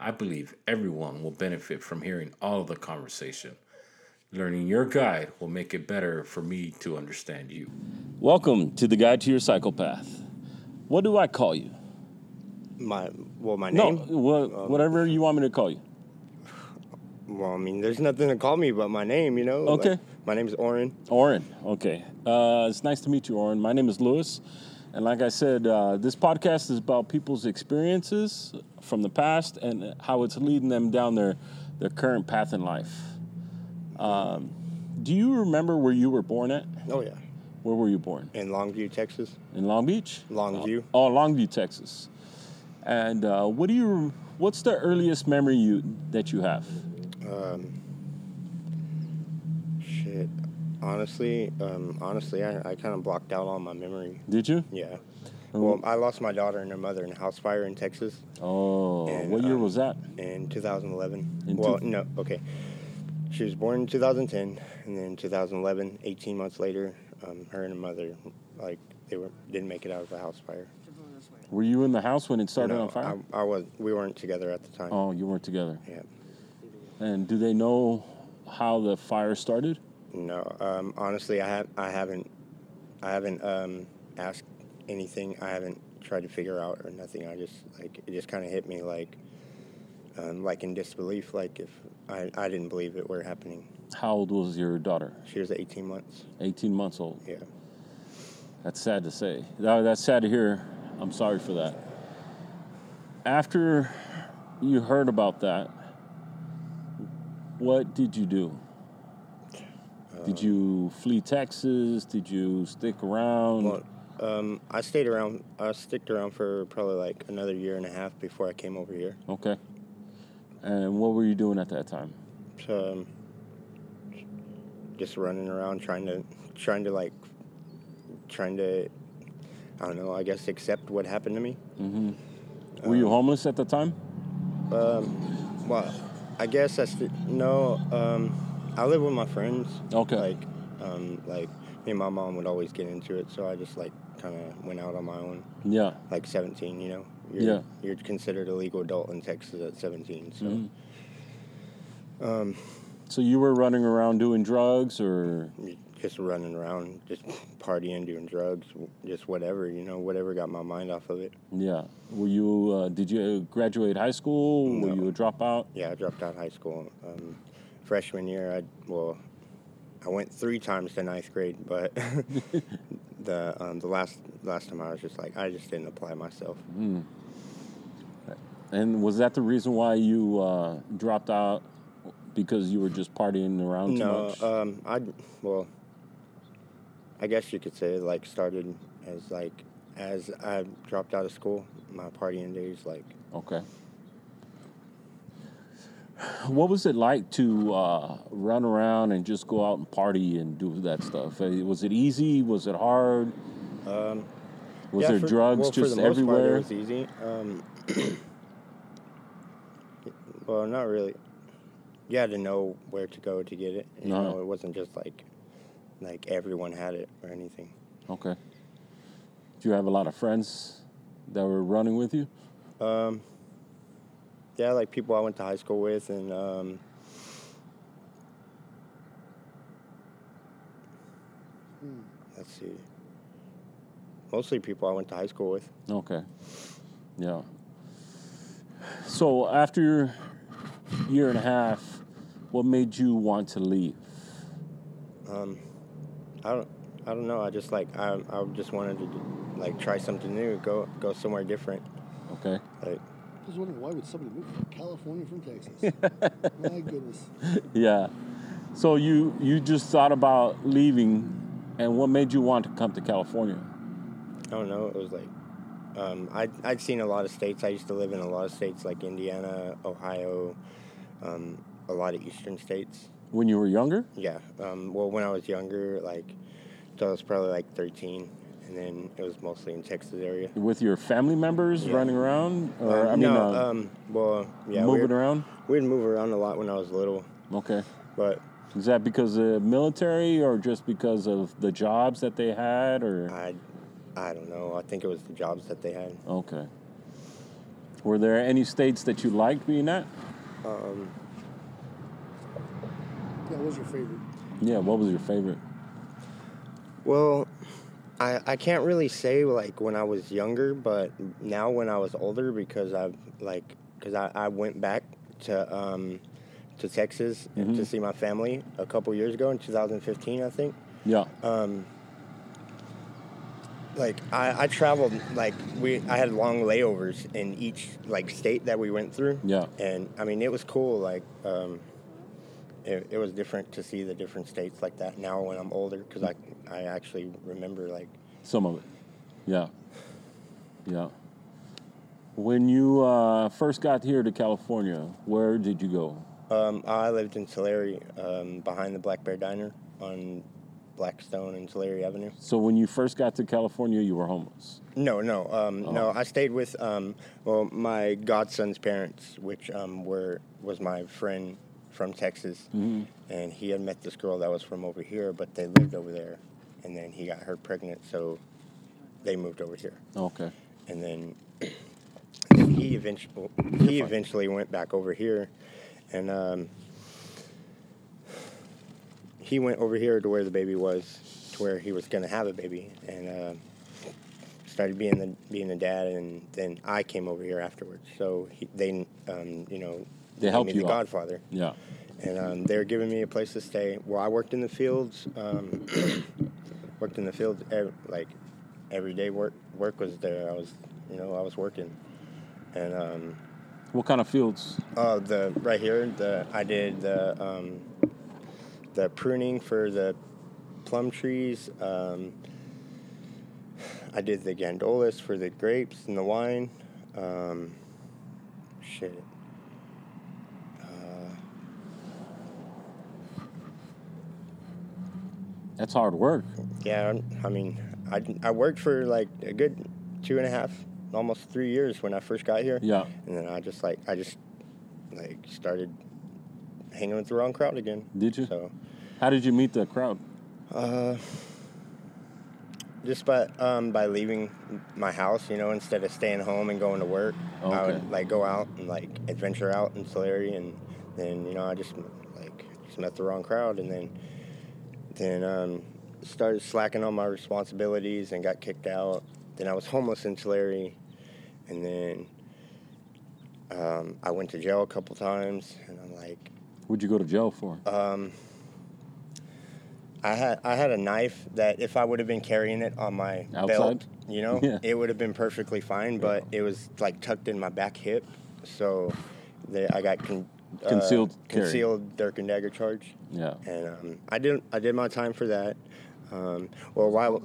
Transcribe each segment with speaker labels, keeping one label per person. Speaker 1: I believe everyone will benefit from hearing all of the conversation. Learning your guide will make it better for me to understand you. Welcome to the Guide to Your Psychopath. What do I call you?
Speaker 2: My well, my
Speaker 1: No,
Speaker 2: name.
Speaker 1: wha- whatever you want me to call you.
Speaker 2: Well, I mean, there's nothing to call me but my name, you know.
Speaker 1: Okay.
Speaker 2: Like, my name's Oren.
Speaker 1: Oren. Okay. Uh, it's nice to meet you, Oren. My name is Lewis. And like I said, uh, this podcast is about people's experiences from the past and how it's leading them down their, their current path in life. Um, do you remember where you were born at?
Speaker 2: Oh yeah,
Speaker 1: Where were you born?
Speaker 2: in Longview, Texas.
Speaker 1: In Long Beach?
Speaker 2: Longview.
Speaker 1: Oh, Longview, Texas. And uh, what do you? What's the earliest memory you that you have?
Speaker 2: Shit. Honestly, um, honestly, I, I kind of blocked out all my memory.
Speaker 1: Did you?
Speaker 2: Yeah. Well, I lost my daughter and her mother in a house fire in Texas
Speaker 1: Oh,
Speaker 2: And,
Speaker 1: what year
Speaker 2: uh,
Speaker 1: was that?
Speaker 2: in 2011.
Speaker 1: In
Speaker 2: well,
Speaker 1: two-
Speaker 2: no, okay. She was born in 2010, and then 2011, 18 months later, um, her and her mother, like, they were didn't make it out of the house fire.
Speaker 1: Were you in the house when it started on fire?
Speaker 2: I, I was. We weren't together at the time.
Speaker 1: oh, you weren't together.
Speaker 2: Yeah.
Speaker 1: And do they know how the fire started?
Speaker 2: No, um, honestly, I have I haven't I haven't um, asked anything. I haven't tried to figure out or nothing. I just like it just kind of hit me like um, like in disbelief. Like if I I didn't believe it were happening.
Speaker 1: How old was your daughter?
Speaker 2: She was 18 months.
Speaker 1: 18 months old.
Speaker 2: Yeah.
Speaker 1: That's sad to say. That- that's sad to hear. I'm sorry for that. After you heard about that, what did you do? Did you flee Texas? Did you stick around?
Speaker 2: Well, um, I stayed around. I sticked around for probably like another year and a half before I came over here.
Speaker 1: Okay. And what were you doing at that time?
Speaker 2: So, um, just running around trying to trying to like trying to I don't know. I guess accept what happened to me.
Speaker 1: Mm-hmm. Were
Speaker 2: Um,
Speaker 1: you homeless at the time?
Speaker 2: Well, I guess I st- no. Um, I live with my friends.
Speaker 1: Okay.
Speaker 2: Like, um, like me and my mom would always get into it, so I just like kind of went out on my own.
Speaker 1: Yeah.
Speaker 2: Like seventeen, you know. You're,
Speaker 1: Yeah.
Speaker 2: You're considered a legal adult in Texas at seventeen, so
Speaker 1: Mm-hmm. So you were running around doing drugs or
Speaker 2: you're just running around, just partying, doing drugs, w- just whatever, you know, whatever got my mind off of it.
Speaker 1: yeah. Were you uh, did you graduate high school? Were
Speaker 2: No.
Speaker 1: you a dropout?
Speaker 2: Yeah, I dropped out of high school. Um, freshman year, I well, I went three times to ninth grade, but the um, the last last time I was just like I just didn't apply myself.
Speaker 1: And was that the reason why you uh, dropped out? Because you were just partying around too
Speaker 2: No,
Speaker 1: much?
Speaker 2: um, I well, I guess you could say it like started as like as I dropped out of school, my partying days like
Speaker 1: okay. What was it like to uh, run around and just go out and party and do that stuff? Uh, Was it easy? Was it hard? was
Speaker 2: Um, Yeah,
Speaker 1: there
Speaker 2: for-
Speaker 1: drugs
Speaker 2: well,
Speaker 1: just
Speaker 2: for the
Speaker 1: everywhere?
Speaker 2: Most part, it was easy. Um, well, not really. You had to know where to go to get it. You
Speaker 1: Uh-huh.
Speaker 2: know, it wasn't just like like everyone had it or anything.
Speaker 1: okay. Do you have a lot of friends that were running with you?
Speaker 2: Um, Yeah, like people I went to high school with, and um, let's see, mostly people I went to high school with.
Speaker 1: Okay. Yeah. So after your year and a half, what made you want to leave?
Speaker 2: I don't, I don't know. I just like I, I just wanted to do- like try something new, go go somewhere different.
Speaker 1: Okay.
Speaker 2: Like
Speaker 3: I was wondering why would somebody move from California from Texas? My goodness.
Speaker 1: Yeah. So you you just thought about leaving, and what made you want to come to California?
Speaker 2: I don't know. It was like, um, I I'd seen a lot of states. I used to live in a lot of states like Indiana, Ohio, um, a lot of eastern states.
Speaker 4: When you were younger?
Speaker 2: Yeah. Um, well, when I was younger, like, so I was probably like 13, and then it was mostly in Texas area.
Speaker 4: With your family members
Speaker 2: Yeah.
Speaker 4: running around? Or,
Speaker 2: Um,
Speaker 4: I mean,
Speaker 2: no,
Speaker 4: uh,
Speaker 2: um, well, yeah,
Speaker 4: moving
Speaker 2: we'd,
Speaker 4: around?
Speaker 2: we'd move around a lot when I was little,
Speaker 4: Okay.
Speaker 2: but
Speaker 4: Is that because of the military or just because of the jobs that they had or
Speaker 2: I, I don't know. I think it was the jobs that they had.
Speaker 4: okay. Were there any states that you liked being at?
Speaker 2: Um,
Speaker 3: Yeah, what was your favorite?
Speaker 4: Yeah, what was your favorite?
Speaker 2: Well, I I can't really say like when I was younger, but now when I was older because I've like because I, I went back to um to Texas to see my family a couple years ago in 2015 I think.
Speaker 4: Yeah.
Speaker 2: Um, like I, I traveled like we I had long layovers in each like state that we went through.
Speaker 4: Yeah.
Speaker 2: And I mean it was cool like um, it, it was different to see the different states like that now when I'm older because I I actually remember like
Speaker 4: Some of it. Yeah. Yeah. When you uh, first got here to California, where did you go?
Speaker 2: um, I lived in Tulare um, behind the Black Bear Diner on Blackstone and Tulare Avenue.
Speaker 4: So when you first got to California, you were homeless.
Speaker 2: No, no, um, no. I stayed with um, well, my godson's parents, which um, were was my friend from Texas, and he had met this girl that was from over here, but they lived over there, and then he got her pregnant, so they moved over here,
Speaker 4: Okay.
Speaker 2: and then and then he eventually he eventually went back over here, and um, he went over here to where the baby was, to where he was gonna have a baby, and. Uh, started being the being a dad, and then I came over here afterwards. So he, they, um, you know,
Speaker 4: They
Speaker 2: gave
Speaker 4: helped
Speaker 2: me
Speaker 4: you
Speaker 2: the
Speaker 4: out.
Speaker 2: Godfather,
Speaker 4: Yeah.
Speaker 2: and um, they were giving me a place to stay. Well, I worked in the fields, um, worked in the fields ev- like every day. Work work was there. I was, you know, I was working, and um,
Speaker 4: What kind of fields?
Speaker 2: oh, the right here, the I did the um, the pruning for the plum trees. Um, I did the gandolas for the grapes and the wine. Um, shit.
Speaker 4: That's hard work.
Speaker 2: Yeah, I mean, I, I worked for like a good two and a half, almost three years when I first got here.
Speaker 4: Yeah.
Speaker 2: And then I just like I just like started hanging with the wrong crowd again.
Speaker 4: Did you?
Speaker 2: So.
Speaker 4: How did you meet the crowd?
Speaker 2: Uh, just by um, by leaving my house, you know, instead of staying home and going to work, I
Speaker 4: Okay.
Speaker 2: would like go out and like adventure out in Solari, and then you know I just like just met the wrong crowd, and then then um, started slacking on my responsibilities and got kicked out. Then I was homeless in Tulare, and then um, I went to jail a couple times, and I'm like,
Speaker 4: What'd you go to jail for?
Speaker 2: Um, I had I had a knife that if I would have been carrying it on my
Speaker 4: Outside?
Speaker 2: belt, you know,
Speaker 4: Yeah.
Speaker 2: it would have been perfectly fine. But it was like tucked in my back hip, so they, I got con- uh,
Speaker 4: Concealed carry.
Speaker 2: concealed dirk and dagger charge,
Speaker 4: yeah.
Speaker 2: and um, I did I did my time for that. Um, well, while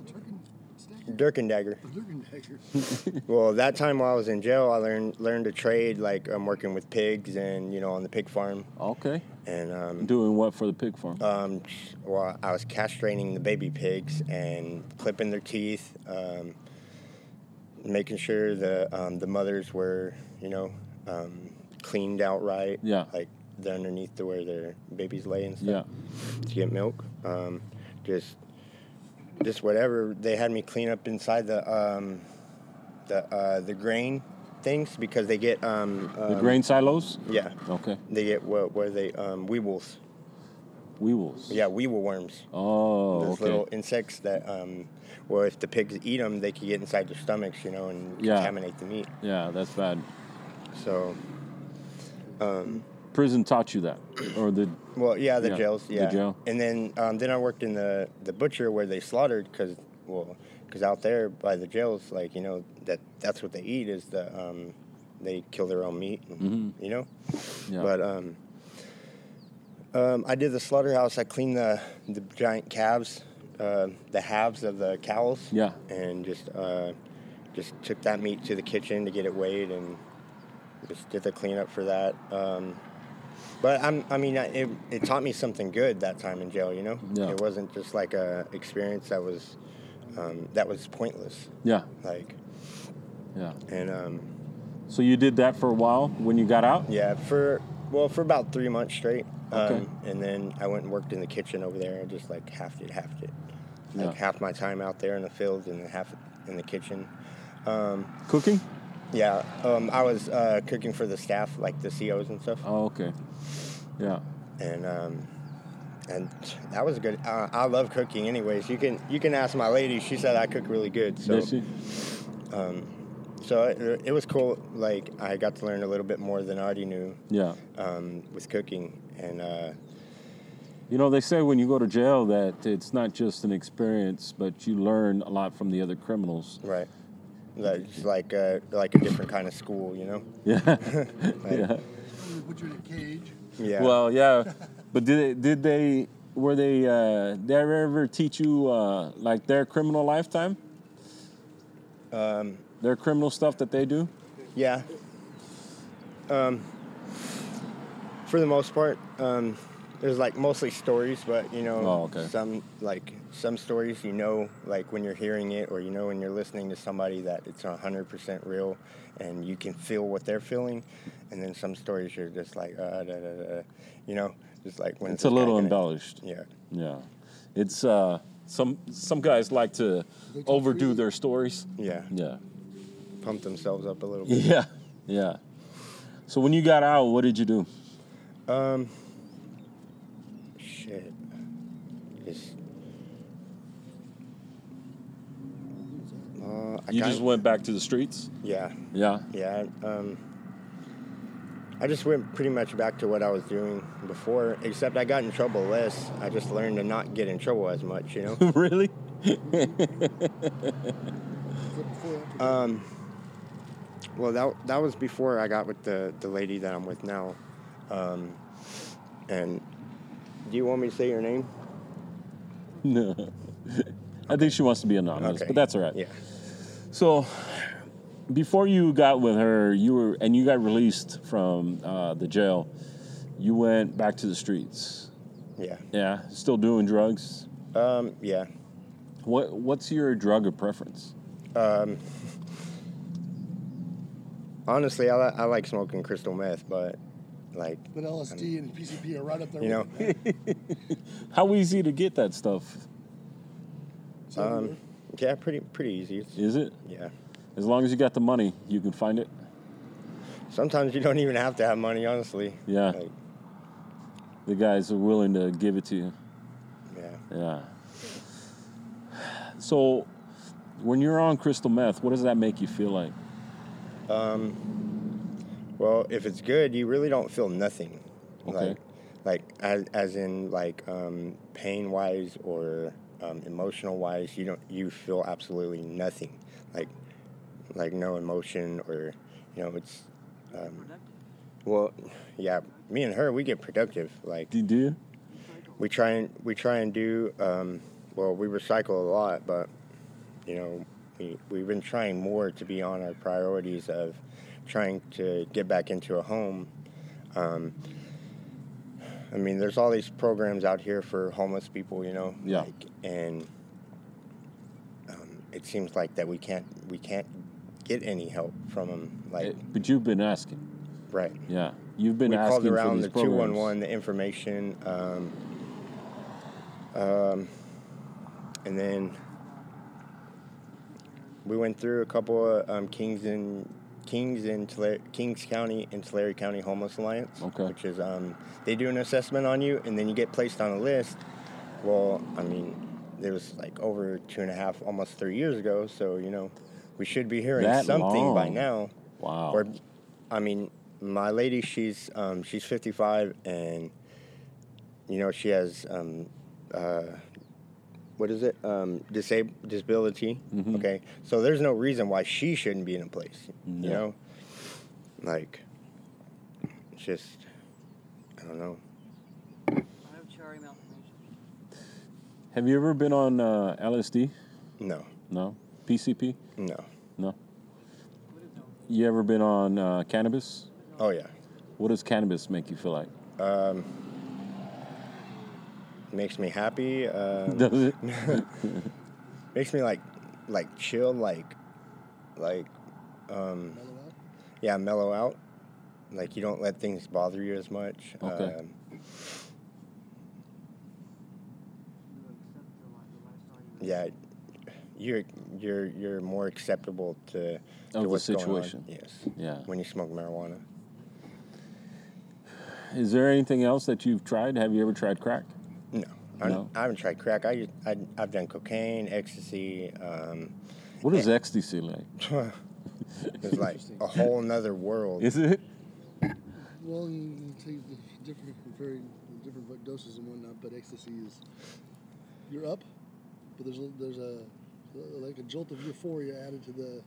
Speaker 3: Durkin Stagger?
Speaker 2: dirk and dagger,
Speaker 3: Durkin Dagger.
Speaker 2: well, that time while I was in jail, I learned learned to trade. Like I'm working with pigs, and you know, on the pig farm,
Speaker 4: Okay. Uh,
Speaker 2: and um,
Speaker 4: Doing what for the pig farm?
Speaker 2: Um, well, I was castrating the baby pigs and clipping their teeth, um, making sure the um, the mothers were, you know, um, cleaned out right.
Speaker 4: Yeah.
Speaker 2: Like the underneath to where their babies lay and stuff
Speaker 4: yeah.
Speaker 2: to get milk. Um, just, just whatever. They had me clean up inside the um, the uh, the grain things because they get um,
Speaker 4: The
Speaker 2: um,
Speaker 4: grain silos?
Speaker 2: Yeah.
Speaker 4: Okay.
Speaker 2: They get what were they um, weevils?
Speaker 4: Weevils.
Speaker 2: Yeah, weevil worms.
Speaker 4: Oh,
Speaker 2: those
Speaker 4: okay.
Speaker 2: little insects that, um, well, if the pigs eat them, they could get inside their stomachs, you know, and
Speaker 4: Yeah.
Speaker 2: contaminate the meat.
Speaker 4: Yeah, that's bad.
Speaker 2: So,
Speaker 4: Prison taught you that, or the
Speaker 2: well, yeah, the
Speaker 4: Yeah,
Speaker 2: jails,
Speaker 4: the
Speaker 2: yeah.
Speaker 4: jail.
Speaker 2: And then, um, then I worked in the the butcher where they slaughtered because, well, because out there by the jails, like you know, that that's what they eat is the, um, they kill their own meat, and, you know.
Speaker 4: Mm-hmm. yeah.
Speaker 2: But um, um, I did the slaughterhouse. I cleaned the the giant calves, uh, the halves of the cows.
Speaker 4: Yeah.
Speaker 2: And just uh, just took that meat to the kitchen to get it weighed and just did the cleanup for that. Um, But I'm, I mean, I- it, it taught me something good that time in jail. You know,
Speaker 4: Yeah.
Speaker 2: it wasn't just like a experience that was um, that was pointless.
Speaker 4: Yeah,
Speaker 2: Like,
Speaker 4: yeah.
Speaker 2: and um,
Speaker 4: So you did that for a while when you got out?
Speaker 2: yeah, for well, for about three months straight. Um,
Speaker 4: Okay.
Speaker 2: And then I went and worked in the kitchen over there and just like half it, half it, like
Speaker 4: Yeah.
Speaker 2: half my time out there in the field and half in the kitchen.
Speaker 4: Cooking?
Speaker 2: Yeah, um, I was uh, cooking for the staff, like the COs and stuff.
Speaker 4: Oh, okay. Yeah,
Speaker 2: and um, and that was good. Uh, I love cooking, anyways. You can you can ask my lady. She said I cook really good. So
Speaker 4: did she?
Speaker 2: so it, it was cool. Like I got to learn a little bit more than I already knew
Speaker 4: Yeah.
Speaker 2: um, with cooking, and uh,
Speaker 4: You know, they say when you go to jail that it's not just an experience, but you learn a lot from the other criminals.
Speaker 2: right, that's like uh, like a different kind of school, you know.
Speaker 4: Yeah.
Speaker 2: Like,
Speaker 4: yeah.
Speaker 3: They put you in a cage.
Speaker 2: yeah.
Speaker 4: Well, yeah, but did they, did they were they uh, did they ever teach you uh, like their criminal lifetime? Um,
Speaker 2: Um.
Speaker 4: their criminal stuff that they do.
Speaker 2: Yeah. Um, for the most part, um, there's like mostly stories, but you know,
Speaker 4: Oh, okay.
Speaker 2: some like some stories you know, like when you're hearing it or you know when you're listening to somebody that it's 100% real and you can feel what they're feeling. And then some stories you're just like, uh, da, da, da, you know, just like when
Speaker 4: It's a
Speaker 2: attacking
Speaker 4: little
Speaker 2: it.
Speaker 4: embellished.
Speaker 2: Yeah.
Speaker 4: Yeah, it's uh, some some guys like to
Speaker 3: They talk
Speaker 4: overdo
Speaker 3: really-
Speaker 4: their stories.
Speaker 2: Yeah.
Speaker 4: Yeah,
Speaker 2: Pump themselves up a little bit.
Speaker 4: yeah, yeah. So when you got out, what did you do?
Speaker 2: Um, shit. Just, uh, I
Speaker 4: You just
Speaker 2: kinda-
Speaker 4: went back to the streets.
Speaker 2: Yeah,
Speaker 4: Yeah,
Speaker 2: yeah. Um, I just went pretty much back to what I was doing before, except I got in trouble less. I just learned to not get in trouble as much, you know.
Speaker 4: really?
Speaker 3: Is that before or after?
Speaker 2: um, well, that that was before I got with the the lady that I'm with now. Um, and do you want me to say your name?
Speaker 4: No. I think she wants to be anonymous,
Speaker 2: Okay.
Speaker 4: but that's all right.
Speaker 2: Yeah.
Speaker 4: So, before you got with her, you were and you got released from uh, the jail. You went back to the streets.
Speaker 2: Yeah.
Speaker 4: Yeah, still doing drugs.
Speaker 2: Um, yeah.
Speaker 4: What What's your drug of preference?
Speaker 2: Um, honestly, I, li- I like smoking crystal meth, but like,
Speaker 3: But LSD and PCP are right up there.
Speaker 2: you know,
Speaker 3: with it, man.
Speaker 4: How easy to get that stuff
Speaker 3: It's everywhere.
Speaker 2: um, yeah, pretty pretty easy. It's-
Speaker 4: is it?
Speaker 2: yeah.
Speaker 4: As long as you got the money, you can find it.
Speaker 2: Sometimes you don't even have to have money, honestly.
Speaker 4: Yeah.
Speaker 2: Like,
Speaker 4: The guys are willing to give it to you.
Speaker 2: yeah.
Speaker 4: Yeah. So, when you're on crystal meth, what does that make you feel like?
Speaker 2: Well, if it's good, you really don't feel nothing.
Speaker 4: Okay.
Speaker 2: Like, like as, as in like um, pain wise or um, emotional wise, you don't you feel absolutely nothing. Like like no emotion or you know it's. Um, well, yeah. Me and her, we get productive. Like
Speaker 4: Do you? Do you?
Speaker 2: we try and we try and do um, well we recycle a lot but you know we, we've been trying more to be on our priorities of trying to get back into a home um, i mean there's all these programs out here for homeless people you know
Speaker 4: Yeah.
Speaker 2: like, and um, it seems like that we can't we can't get any help from them like
Speaker 4: Eh, But you've been asking.
Speaker 2: right
Speaker 4: Yeah, you've been
Speaker 2: we
Speaker 4: asking
Speaker 2: called around
Speaker 4: for these
Speaker 2: the
Speaker 4: programs.
Speaker 2: 211 the information um, um, and then we went through a couple of um, kings and kings and Tula- kings county and tulare county homeless alliance
Speaker 4: Okay.
Speaker 2: which is um, they do an assessment on you and then you get placed on a list well i mean it was like over two and a half almost three years ago so you know we should be hearing
Speaker 4: That
Speaker 2: something by
Speaker 4: long.
Speaker 2: now
Speaker 4: Wow.
Speaker 2: or, I mean, my lady, she's um, she's 55, and you know she has um, uh, what is it? Um, disab- disability. Okay, so there's no reason why she shouldn't be in a place.
Speaker 4: No.
Speaker 2: You know, like it's just I don't know.
Speaker 5: I have cherry malformation.
Speaker 4: Have you ever been on uh, LSD?
Speaker 2: No,
Speaker 4: No. PCP?
Speaker 2: no.
Speaker 4: No.
Speaker 5: Would have known.
Speaker 4: You ever been on uh, cannabis?
Speaker 2: Oh yeah.
Speaker 4: What does cannabis make you feel like?
Speaker 2: Um, makes me happy. Um,
Speaker 4: Does it?
Speaker 2: makes me like like chill like like um
Speaker 3: Mellow out.
Speaker 2: yeah mellow out like you don't let things bother you as much
Speaker 4: Okay.
Speaker 2: um,
Speaker 5: You accept the li- the lifestyle you live.
Speaker 2: yeah you're you're you're more acceptable to, to
Speaker 4: Of the
Speaker 2: what's
Speaker 4: situation.
Speaker 2: going on. yes
Speaker 4: Yeah.
Speaker 2: when you smoke marijuana
Speaker 4: Is there anything else that you've tried? Have you ever tried crack?
Speaker 2: no I,
Speaker 4: No.
Speaker 2: I haven't tried crack I, just- I i've done cocaine ecstasy um
Speaker 4: What is ecstasy like?
Speaker 2: it's like
Speaker 3: Interesting.
Speaker 2: a whole nother world
Speaker 4: Is it?
Speaker 3: Well, you, you take the different, very different doses and whatnot, but ecstasy is you're up, but there's a, there's a like a jolt of euphoria added to the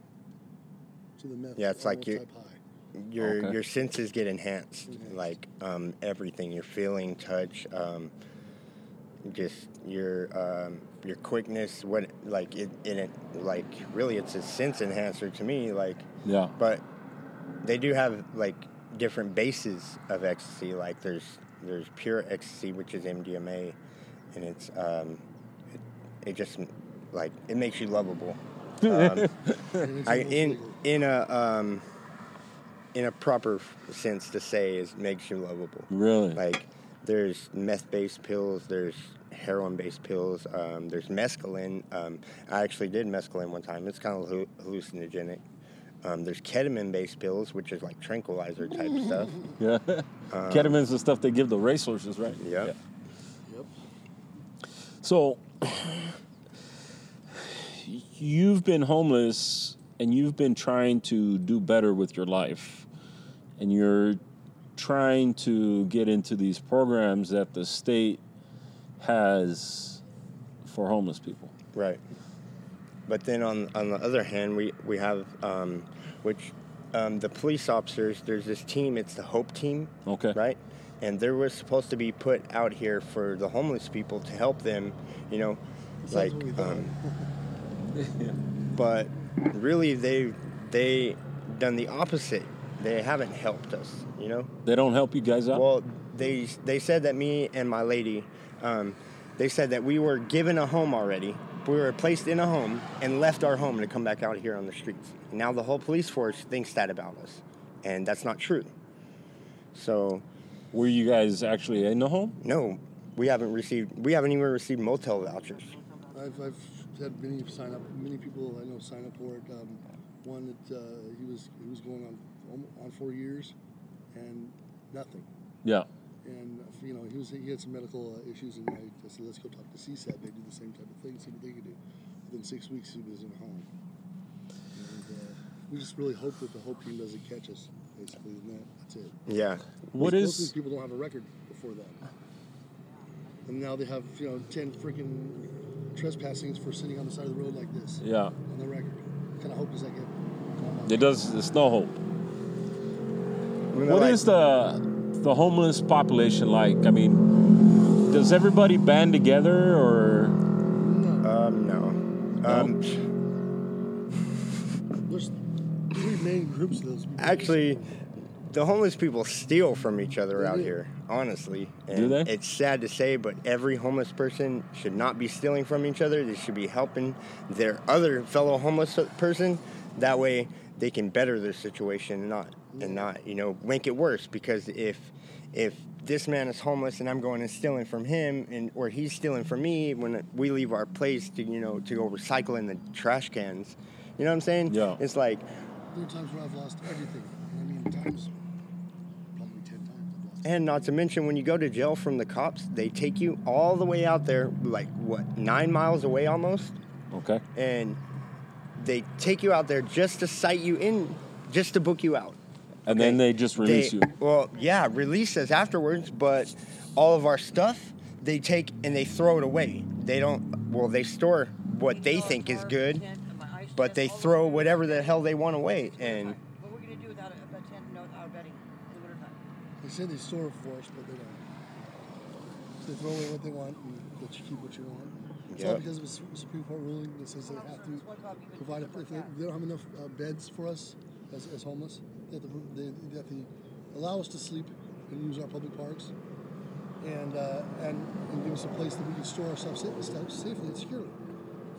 Speaker 3: to the meth.
Speaker 2: Yeah, it's like
Speaker 3: almost
Speaker 2: you-
Speaker 3: type high.
Speaker 2: your
Speaker 4: Okay.
Speaker 2: your senses get enhanced,
Speaker 3: Enhanced.
Speaker 2: like um, everything your feeling touch um, just your um, your quickness what like it, in it like really it's a sense enhancer to me like
Speaker 4: Yeah.
Speaker 2: but they do have like different bases of ecstasy like there's there's pure ecstasy which is MDMA and it's um, it, it just like it makes you lovable um,
Speaker 3: And it's
Speaker 2: I,
Speaker 3: almost
Speaker 2: in
Speaker 3: legal.
Speaker 2: in a um, in a proper f- sense to say is makes you lovable.
Speaker 4: Really?
Speaker 2: Like there's meth-based pills, there's heroin-based pills, um, there's mescaline. Um, I actually did mescaline one time. It's kind of hallu- hallucinogenic. Um, there's ketamine-based pills, which is like tranquilizer type stuff.
Speaker 4: yeah. Ketamine's the stuff they give the racehorses, right?
Speaker 2: um, Yep.
Speaker 4: Yeah.
Speaker 3: Yep.
Speaker 4: So you've been homeless and you've been trying to do better with your life and you're trying to get into these programs that the state has for homeless people.
Speaker 2: Right. But then on on the other hand, we we have um, which um, the police officers. There's this team. It's the Hope Team.
Speaker 4: Okay.
Speaker 2: Right. And they were supposed to be put out here for the homeless people to help them. You know,
Speaker 3: That's
Speaker 2: like.
Speaker 3: what we thought.
Speaker 2: Um, but really, they they done the opposite. They haven't helped us. You know.
Speaker 4: They don't help you guys out?
Speaker 2: Well, they they said that me and my lady, um, they said that we were given a home already. We were placed in a home and left our home to come back out here on the streets. Now the whole police force thinks that about us, and that's not true. So
Speaker 4: Were you guys actually in the home?
Speaker 2: no, we haven't received. We haven't even received motel vouchers.
Speaker 3: I've, I've had many sign up, many people I know sign up for it. Um, one that uh, he was he was going on almo- on four years, and nothing.
Speaker 4: Yeah.
Speaker 3: And uh, you know he was he had some medical uh, issues, and I, I said let's go talk to CSAT. They do the same type of thing, see what they can do. Within six weeks, he was in a home. And uh, we just really hope that the hope team doesn't catch us, basically, and that, that's it.
Speaker 2: Yeah,
Speaker 4: What
Speaker 3: Because
Speaker 4: is
Speaker 3: Most of these people don't have a record before that. And now they have, you know, 10 freaking trespassings for sitting on the side of the road like this
Speaker 4: Yeah.
Speaker 3: on the record. Kind of hope is like it.
Speaker 4: It does it's no hope.
Speaker 2: What is
Speaker 4: What is the the homeless population like? I mean, does everybody band together or
Speaker 3: No.
Speaker 2: Um, no. Um,
Speaker 3: There's three main groups of those people.
Speaker 2: Actually, the homeless people steal from each other
Speaker 3: They
Speaker 2: out
Speaker 3: do.
Speaker 2: here, honestly. And
Speaker 4: Do they?
Speaker 2: It's sad to say, but every homeless person should not be stealing from each other. They should be helping their other fellow homeless person. That way, they can better their situation and not and not you know make it worse. Because if if this man is homeless and I'm going and stealing from him, and or he's stealing from me when we leave our place to you know to go recycle in the trash cans, you know what I'm saying?
Speaker 4: Yeah.
Speaker 2: It's like
Speaker 3: There are times where I've lost everything. And I mean, times, probably 10 times I've lost
Speaker 2: And not to mention, when you go to jail from the cops, they take you all the way out there, like what, nine miles away almost,
Speaker 4: okay?
Speaker 2: and they take you out there just to cite you in, just to book you out.
Speaker 4: And then they just release
Speaker 2: They-
Speaker 4: you.
Speaker 2: Well, yeah, release us afterwards, but all of our stuff they take and they throw it away. They don't. Well, they store what they
Speaker 5: Ice
Speaker 2: think is
Speaker 5: bar,
Speaker 2: good,
Speaker 5: tent, and my ice
Speaker 2: but
Speaker 5: chest,
Speaker 2: they
Speaker 5: all of
Speaker 2: throw
Speaker 5: it.
Speaker 2: whatever the hell they want away, and
Speaker 5: What are we gonna do without a, a tent and without bedding in the wintertime?
Speaker 3: They say they store it for us, but they don't. They throw away what they want and let you keep what you want. It's all
Speaker 2: Yep.
Speaker 3: because of a Su- Supreme Court ruling that says they
Speaker 5: Well,
Speaker 3: have
Speaker 5: so
Speaker 3: to
Speaker 5: it's what about even
Speaker 3: provide,
Speaker 5: stuff
Speaker 3: if they,
Speaker 5: like
Speaker 3: they don't have enough uh, beds for us as, as homeless, they have, to, pro- they, they have to allow us to sleep and use our public parks, and uh, and, and give us a place that we can store our stuff sa- stuff safely and securely.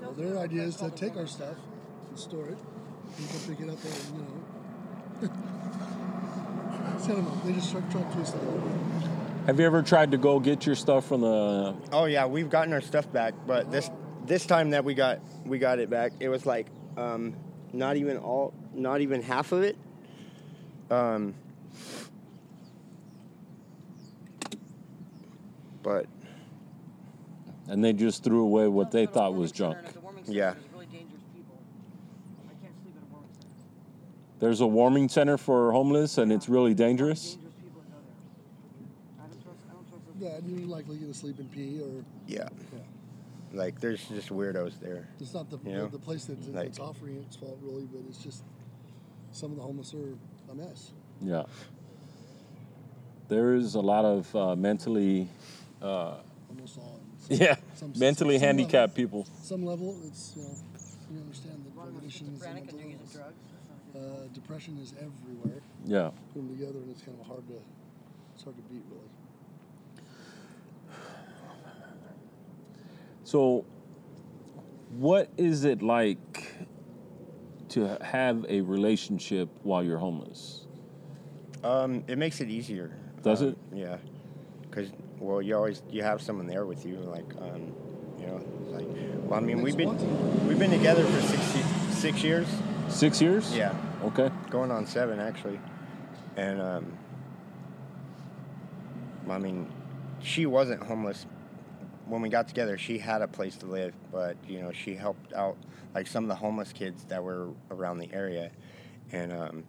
Speaker 3: Well, their idea is to take our stuff and store it, and come pick it up, and you know, send them up. They just try, try to twist it. Over.
Speaker 4: Have you ever tried to go get your stuff from the?
Speaker 2: Oh yeah, we've gotten our stuff back, but this this time that we got we got it back, it was like um, not even all, not even half of it. Um, but
Speaker 4: And they just threw away what they thought was junk.
Speaker 2: Yeah.
Speaker 4: There's a warming center for homeless, and it's really dangerous.
Speaker 3: Yeah, and you're likely gonna sleep and pee, or
Speaker 2: yeah,
Speaker 3: yeah.
Speaker 2: like there's just weirdos there.
Speaker 3: it's not the
Speaker 2: You know,
Speaker 3: the, place that, that's
Speaker 2: like-
Speaker 3: offering it's fault really, but it's just some of the homeless are a mess.
Speaker 4: Yeah. There is a lot of uh, mentally,
Speaker 3: Almost all. in some-
Speaker 4: yeah,
Speaker 3: some-
Speaker 4: mentally
Speaker 3: some level.
Speaker 4: handicapped people.
Speaker 3: some level, it's you know, you understand that drug addiction is
Speaker 5: Schizophrenic and you're using
Speaker 3: illness.
Speaker 5: drugs.
Speaker 3: Uh, depression is everywhere.
Speaker 4: Yeah.
Speaker 3: Put them together, and it's kind of hard to, it's hard to beat really.
Speaker 4: So, what is it like to have a relationship while you're homeless?
Speaker 2: Um, it makes it easier.
Speaker 4: Does
Speaker 2: Um,
Speaker 4: it?
Speaker 2: Yeah, because well, you always you have someone there with you, like um, you know, like well, I mean,
Speaker 3: Makes
Speaker 2: we've
Speaker 3: you want
Speaker 2: been we've been together for six ye- six years.
Speaker 4: Six years?
Speaker 2: Yeah,
Speaker 4: Okay.
Speaker 2: going on seven actually, and um, I mean, she wasn't homeless when we got together. She had a place to live, but you know, she helped out like some of the homeless kids that were around the area, and um,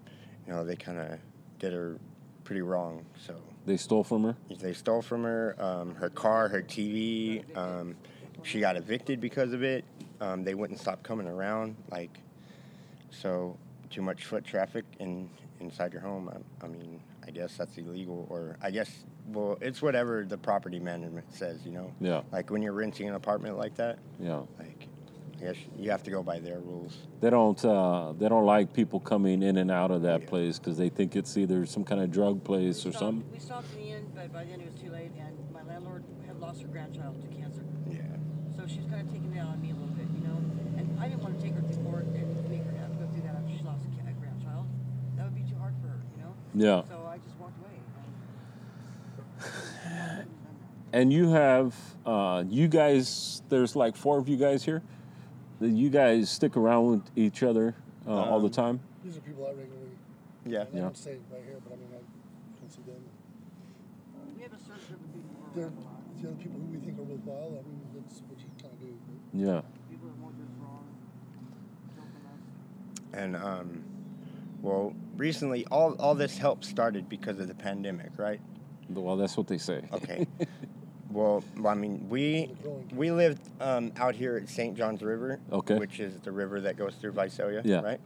Speaker 2: you know, they kind of did her pretty wrong, so.
Speaker 4: They stole from her.
Speaker 2: They stole from her um, her car, her TV. Um, she got evicted because of it. Um, they wouldn't stop coming around. Like, so too much foot traffic in inside your home. I, I mean, I guess that's illegal, or I guess well, it's whatever the property management says. You know,
Speaker 4: Yeah.
Speaker 2: like when you're renting an apartment like that,
Speaker 4: Yeah.
Speaker 2: like I guess you have to go by their rules.
Speaker 4: They don't. Uh, they don't like people coming in and out of that
Speaker 2: Yeah.
Speaker 4: place because they think it's either some kind of drug place or
Speaker 5: stopped-
Speaker 4: something.
Speaker 5: We stopped in the end, but by then it was too late, and my landlord had lost her grandchild to cancer.
Speaker 2: Yeah,
Speaker 5: So she was kind of taking it out on me a little bit, you know. And I didn't want to take her to court and make her have to go through that after she lost a, ki- a grandchild. That would be too hard for her, you know.
Speaker 4: Yeah.
Speaker 5: So I just walked away. And
Speaker 4: And you have. Uh, you guys. There's like four of you guys here. That You guys stick around with each other uh, all the
Speaker 2: Um,
Speaker 4: time.
Speaker 3: These are people I regularly.
Speaker 2: yeah.
Speaker 3: I
Speaker 4: Yeah.
Speaker 3: don't say it right here, but I mean I can see them.
Speaker 5: we have a search group of people who are
Speaker 3: They're
Speaker 5: around a lot.
Speaker 3: the other people who we think are worthwhile. I mean that's what you kind of do.
Speaker 4: Yeah.
Speaker 5: People that won't do us wrong. Don't come us.
Speaker 2: And um, well, recently all all this help started because of the pandemic, right?
Speaker 4: Well, that's what they say.
Speaker 2: Okay. well, I mean, we we lived um, out here at St. John's River,
Speaker 4: Okay.
Speaker 2: which is the river that goes through Visalia,
Speaker 4: Yeah.
Speaker 2: right?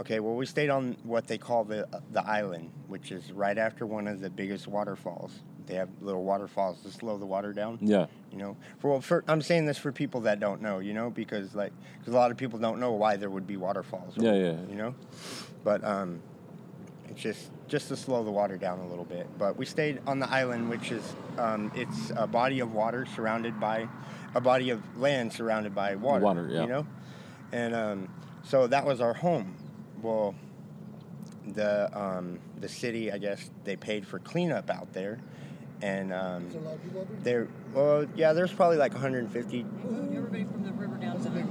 Speaker 2: Okay. Well, we stayed on what they call the the island, which is right after one of the biggest waterfalls. They have little waterfalls to slow the water down.
Speaker 4: Yeah.
Speaker 2: You know, for, well, for I'm saying this for people that don't know, you know, because like, because a lot of people don't know why there would be waterfalls.
Speaker 4: Yeah, yeah.
Speaker 2: You know, but um, it's just just to slow the water down a little bit. But we stayed on the island, which is um, it's a body of water surrounded by a body of land surrounded by water.
Speaker 4: Water, yeah.
Speaker 2: You know, and um, so that was our home. Well, the um, the city, I guess, they paid for cleanup out there, and um,
Speaker 3: Is there a lot of people out there?
Speaker 2: there, well, yeah, there's probably like 150,
Speaker 5: Include everybody from the river down to the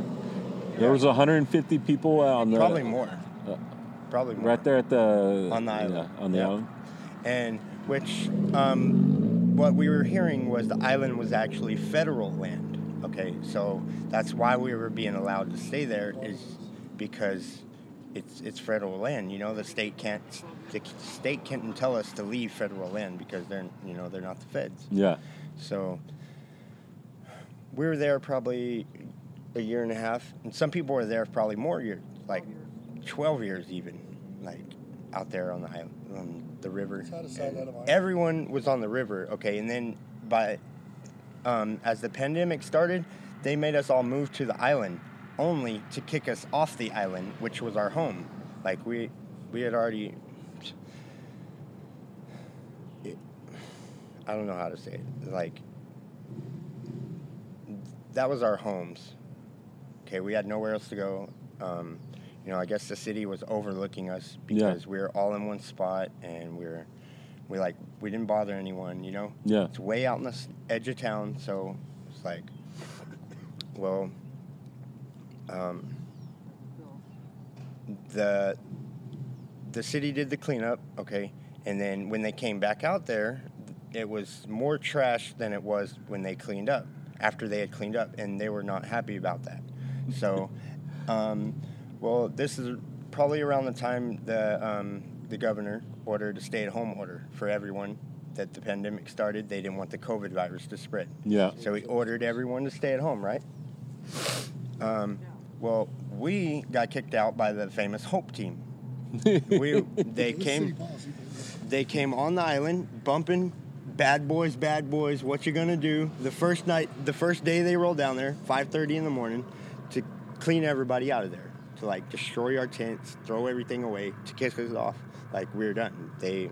Speaker 4: There was 150 people on the
Speaker 2: probably more,
Speaker 4: Uh,
Speaker 2: probably more.
Speaker 4: right there at the
Speaker 2: On the island.
Speaker 4: Yeah, on the
Speaker 2: Yeah.
Speaker 4: island.
Speaker 2: And which, um, what we were hearing was the island was actually federal land. Okay, so that's why we were being allowed to stay there is because it's it's federal land. You know, the state can't the state can't tell us to leave federal land because they're you know they're not the feds.
Speaker 4: Yeah.
Speaker 2: So we were there probably a year and a half, and some people were there probably more years, like twelve years even, like out there on the island, on the river.
Speaker 3: It's out of sight,
Speaker 2: And
Speaker 3: out of mind.
Speaker 2: Everyone was on the river, okay, and then by um, as the pandemic started, they made us all move to the island, only to kick us off the island, which was our home. Like we we had already. It, I don't know how to say it. Like that was our homes. Okay, we had nowhere else to go. Um, you know, I guess the city was overlooking us
Speaker 4: Yeah.
Speaker 2: because we were all in one spot and we were we like we didn't bother anyone. You know,
Speaker 4: Yeah.
Speaker 2: it's way out in the s- edge of town, so it's like, well, um,
Speaker 5: Bill.
Speaker 2: the the city did the cleanup, okay, and then when they came back out there, it was more trash than it was when they cleaned up. After they had cleaned up, and they were not happy about that. So, um, well, this is probably around the time the um, the governor ordered a stay-at-home order for everyone. That the pandemic started, they didn't want the COVID virus to spread.
Speaker 4: Yeah.
Speaker 2: So he ordered everyone to stay at home, right? Um, well, we got kicked out by the famous Hope team. we they
Speaker 3: It was city
Speaker 2: came
Speaker 3: policy.
Speaker 2: they came on the island bumping bad boys bad boys what you gonna do the first night the first day they rolled down there 5.30 in the morning to clean everybody out of there to like destroy our tents throw everything away to kick us off like we we're done they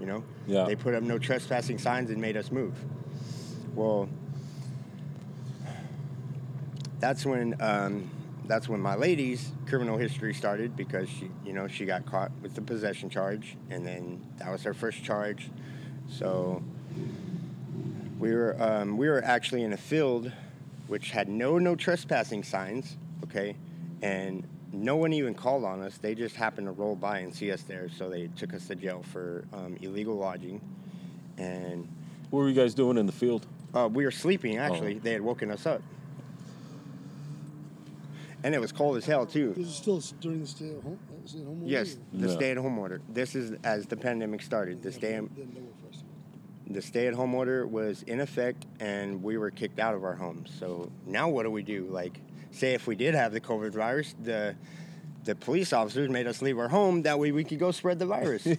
Speaker 2: you know
Speaker 4: Yeah.
Speaker 2: they put up no trespassing signs and made us move well that's when um, that's when my lady's criminal history started because she you know she got caught with the possession charge and then that was her first charge so we were um, we were actually in a field which had no no trespassing signs okay and no one even called on us they just happened to roll by and see us there so they took us to jail for um, illegal lodging and
Speaker 4: What were you guys doing in the field?
Speaker 2: uh, we were sleeping actually.
Speaker 4: Oh.
Speaker 2: They had woken us up, and it was cold as hell too.
Speaker 3: This is still during the stay at home. uh, Stay at home
Speaker 2: Yes, the
Speaker 4: Yeah.
Speaker 2: stay-at-home order. This is as the pandemic started. The stay
Speaker 3: Didn't know it first.
Speaker 2: the stay-at-home order was in effect, and we were kicked out of our homes. So now what do we do? Like, say if we did have the COVID virus, the the police officers made us leave our home. That way we could go spread the virus.
Speaker 3: Yeah, and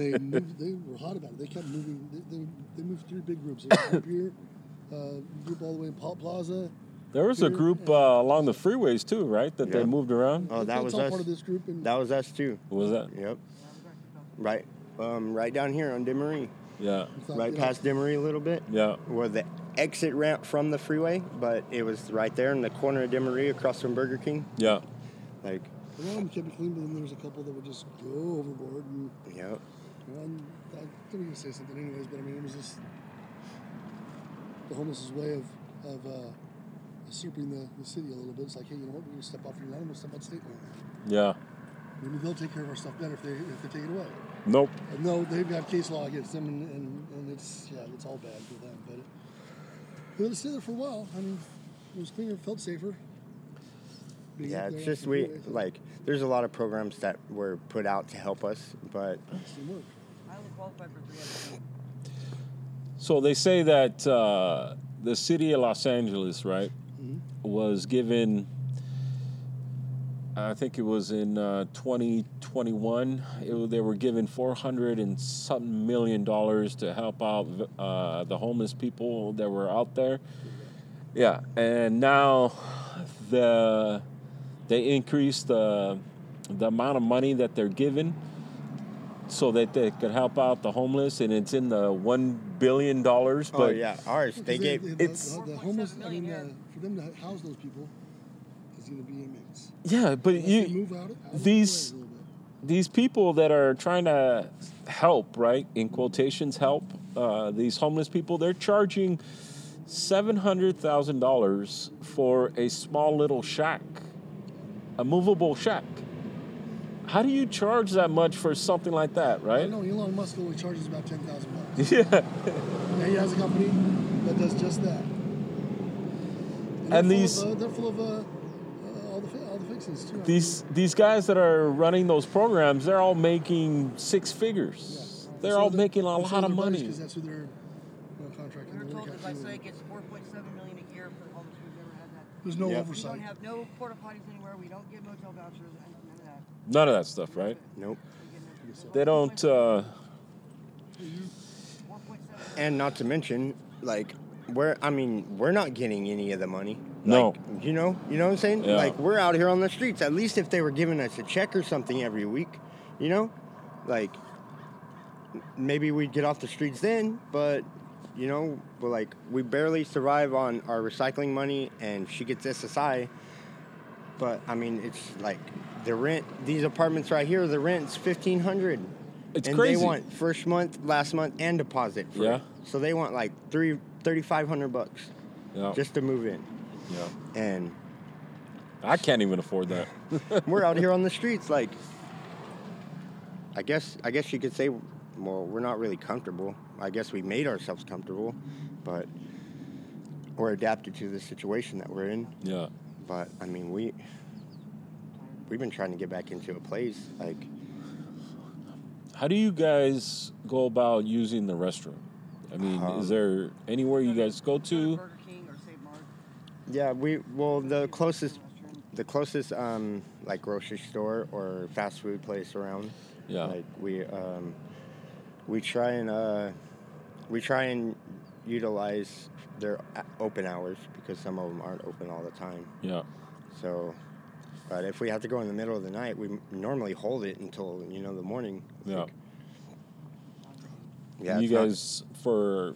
Speaker 3: they moved, they were hot about it. They kept moving. They, they, they moved three big groups. There was a group here, uh, group all the way in Paul Plaza.
Speaker 4: There was a group uh, along the freeways too, right? That they
Speaker 2: Yeah.
Speaker 4: moved around.
Speaker 2: oh, that
Speaker 3: That's
Speaker 2: was
Speaker 3: all part
Speaker 2: us.
Speaker 3: of this group. And
Speaker 2: That was us too.
Speaker 4: What was that?
Speaker 2: Yep.
Speaker 5: Yeah, I'm glad you felt-
Speaker 2: Right. Um, right down here on Demaree.
Speaker 4: Yeah.
Speaker 3: we thought,
Speaker 2: Right
Speaker 3: you know,
Speaker 2: past Demaree a little bit.
Speaker 4: Yeah.
Speaker 2: where the exit ramp from the freeway, but it was right there in the corner of Demaree across from Burger King.
Speaker 4: Yeah.
Speaker 2: Like,
Speaker 3: A lot of them kept it clean, but then there was a couple that would just go overboard. And
Speaker 2: yeah,
Speaker 3: one, I didn't even say something, anyways. But I mean, it was just the homeless' way of of uh, usurping the, the city a little bit. It's like, hey, you know what? We're gonna step off your land. We'll step on state land.
Speaker 4: Yeah.
Speaker 3: Maybe they'll take care of our stuff better if they if they take it away.
Speaker 4: Nope.
Speaker 3: And no, they've got case law against them, and, and, and it's yeah, it's all bad for them. But it, it was still there for a while. I mean, it was cleaner, felt safer. Being
Speaker 2: yeah.
Speaker 3: up
Speaker 2: It's
Speaker 3: there
Speaker 2: just
Speaker 3: off
Speaker 2: we
Speaker 3: the freeway,
Speaker 2: like. There's a lot of programs that were put out to help us, but
Speaker 3: it's didn't work.
Speaker 5: I only qualified for three out of three.
Speaker 4: So they say that uh, the city of Los Angeles, right, was given. I think it was in uh, 2021. It, wa- they were given 400 and something million dollars to help out uh, the homeless people that were out there. Yeah, and now the they increased the the amount of money that they're given so that they could help out the homeless, and it's in the one billion dollars.
Speaker 2: oh
Speaker 4: But
Speaker 2: yeah, ours. They
Speaker 3: Because
Speaker 2: gave
Speaker 3: the-
Speaker 4: it's-
Speaker 3: the, the homeless. I mean, uh,
Speaker 5: 4.7
Speaker 3: for them to house those people is going to be immense.
Speaker 4: yeah, but
Speaker 3: Unless
Speaker 4: you
Speaker 3: they move out, out of
Speaker 4: these-
Speaker 3: the way a little bit.
Speaker 4: these people that are trying to help, right? In quotations, help uh, these homeless people. They're charging seven hundred thousand dollars for a small little shack, a movable shack. How do you charge that much for something like that,
Speaker 3: I
Speaker 4: right?
Speaker 3: know Elon Musk only charges about ten thousand bucks.
Speaker 4: Yeah,
Speaker 3: Now he has a company that does just that. they're
Speaker 4: And
Speaker 3: full
Speaker 4: these-
Speaker 3: of, uh, they're full of uh, uh, all the fi- all the fixings too. I mean,
Speaker 4: these these guys that are running those programs, they're all making six figures. They're all making a lot of money.
Speaker 3: Because that's who they're you know, contracting.
Speaker 5: We were
Speaker 3: They
Speaker 5: told
Speaker 3: work
Speaker 5: that
Speaker 3: out
Speaker 5: by
Speaker 3: to.
Speaker 5: SAG gets four point seven million a year for homeless, we've never had that.
Speaker 3: There's no
Speaker 2: Yeah.
Speaker 5: We
Speaker 3: oversight.
Speaker 5: don't have no porta potties anywhere, we don't get motel vouchers, and none of that.
Speaker 4: None of that stuff, right?
Speaker 2: nope.
Speaker 5: We get no-
Speaker 4: They don't. Uh,
Speaker 5: 4.7
Speaker 2: And not to mention, like, we're. I mean, we're not getting any of the money.
Speaker 4: No.
Speaker 2: Like, you know. You know what I'm saying?
Speaker 4: Yeah.
Speaker 2: Like, we're out here on the streets. At least if they were giving us a check or something every week, you know, like. maybe we'd get off the streets then, but you know, but like we barely survive on our recycling money, and she gets SSI. But I mean, it's like the rent. These apartments right here, the rent's fifteen hundred.
Speaker 4: It's
Speaker 2: and
Speaker 4: crazy.
Speaker 2: they want first month, last month, and deposit. For
Speaker 4: Yeah.
Speaker 2: It. So they want like three thirty five hundred bucks
Speaker 4: Yeah.
Speaker 2: just to move in,
Speaker 4: yeah.
Speaker 2: and
Speaker 4: I can't even afford that.
Speaker 2: we're out here on the streets. Like, I guess I guess you could say, well, we're not really comfortable. I guess we made ourselves comfortable, but we're adapted to the situation that we're in.
Speaker 4: yeah.
Speaker 2: But I mean, we we've been trying to get back into a place. Like,
Speaker 4: How do you guys go about using the restroom? I mean,
Speaker 2: Um,
Speaker 4: is there anywhere you guys go
Speaker 5: Go to
Speaker 4: to?
Speaker 5: Burger King or Save Mart.
Speaker 2: yeah, we well the closest the closest um, like grocery store or fast food place around.
Speaker 4: Yeah.
Speaker 2: Like we um, we try and uh, we try and utilize their a- open hours because some of them aren't open all the time.
Speaker 4: Yeah.
Speaker 2: So, but if we have to go in the middle of the night, we m- normally hold it until you know the morning.
Speaker 4: Yeah.
Speaker 2: Yeah.
Speaker 4: you
Speaker 2: it's not-
Speaker 4: guys for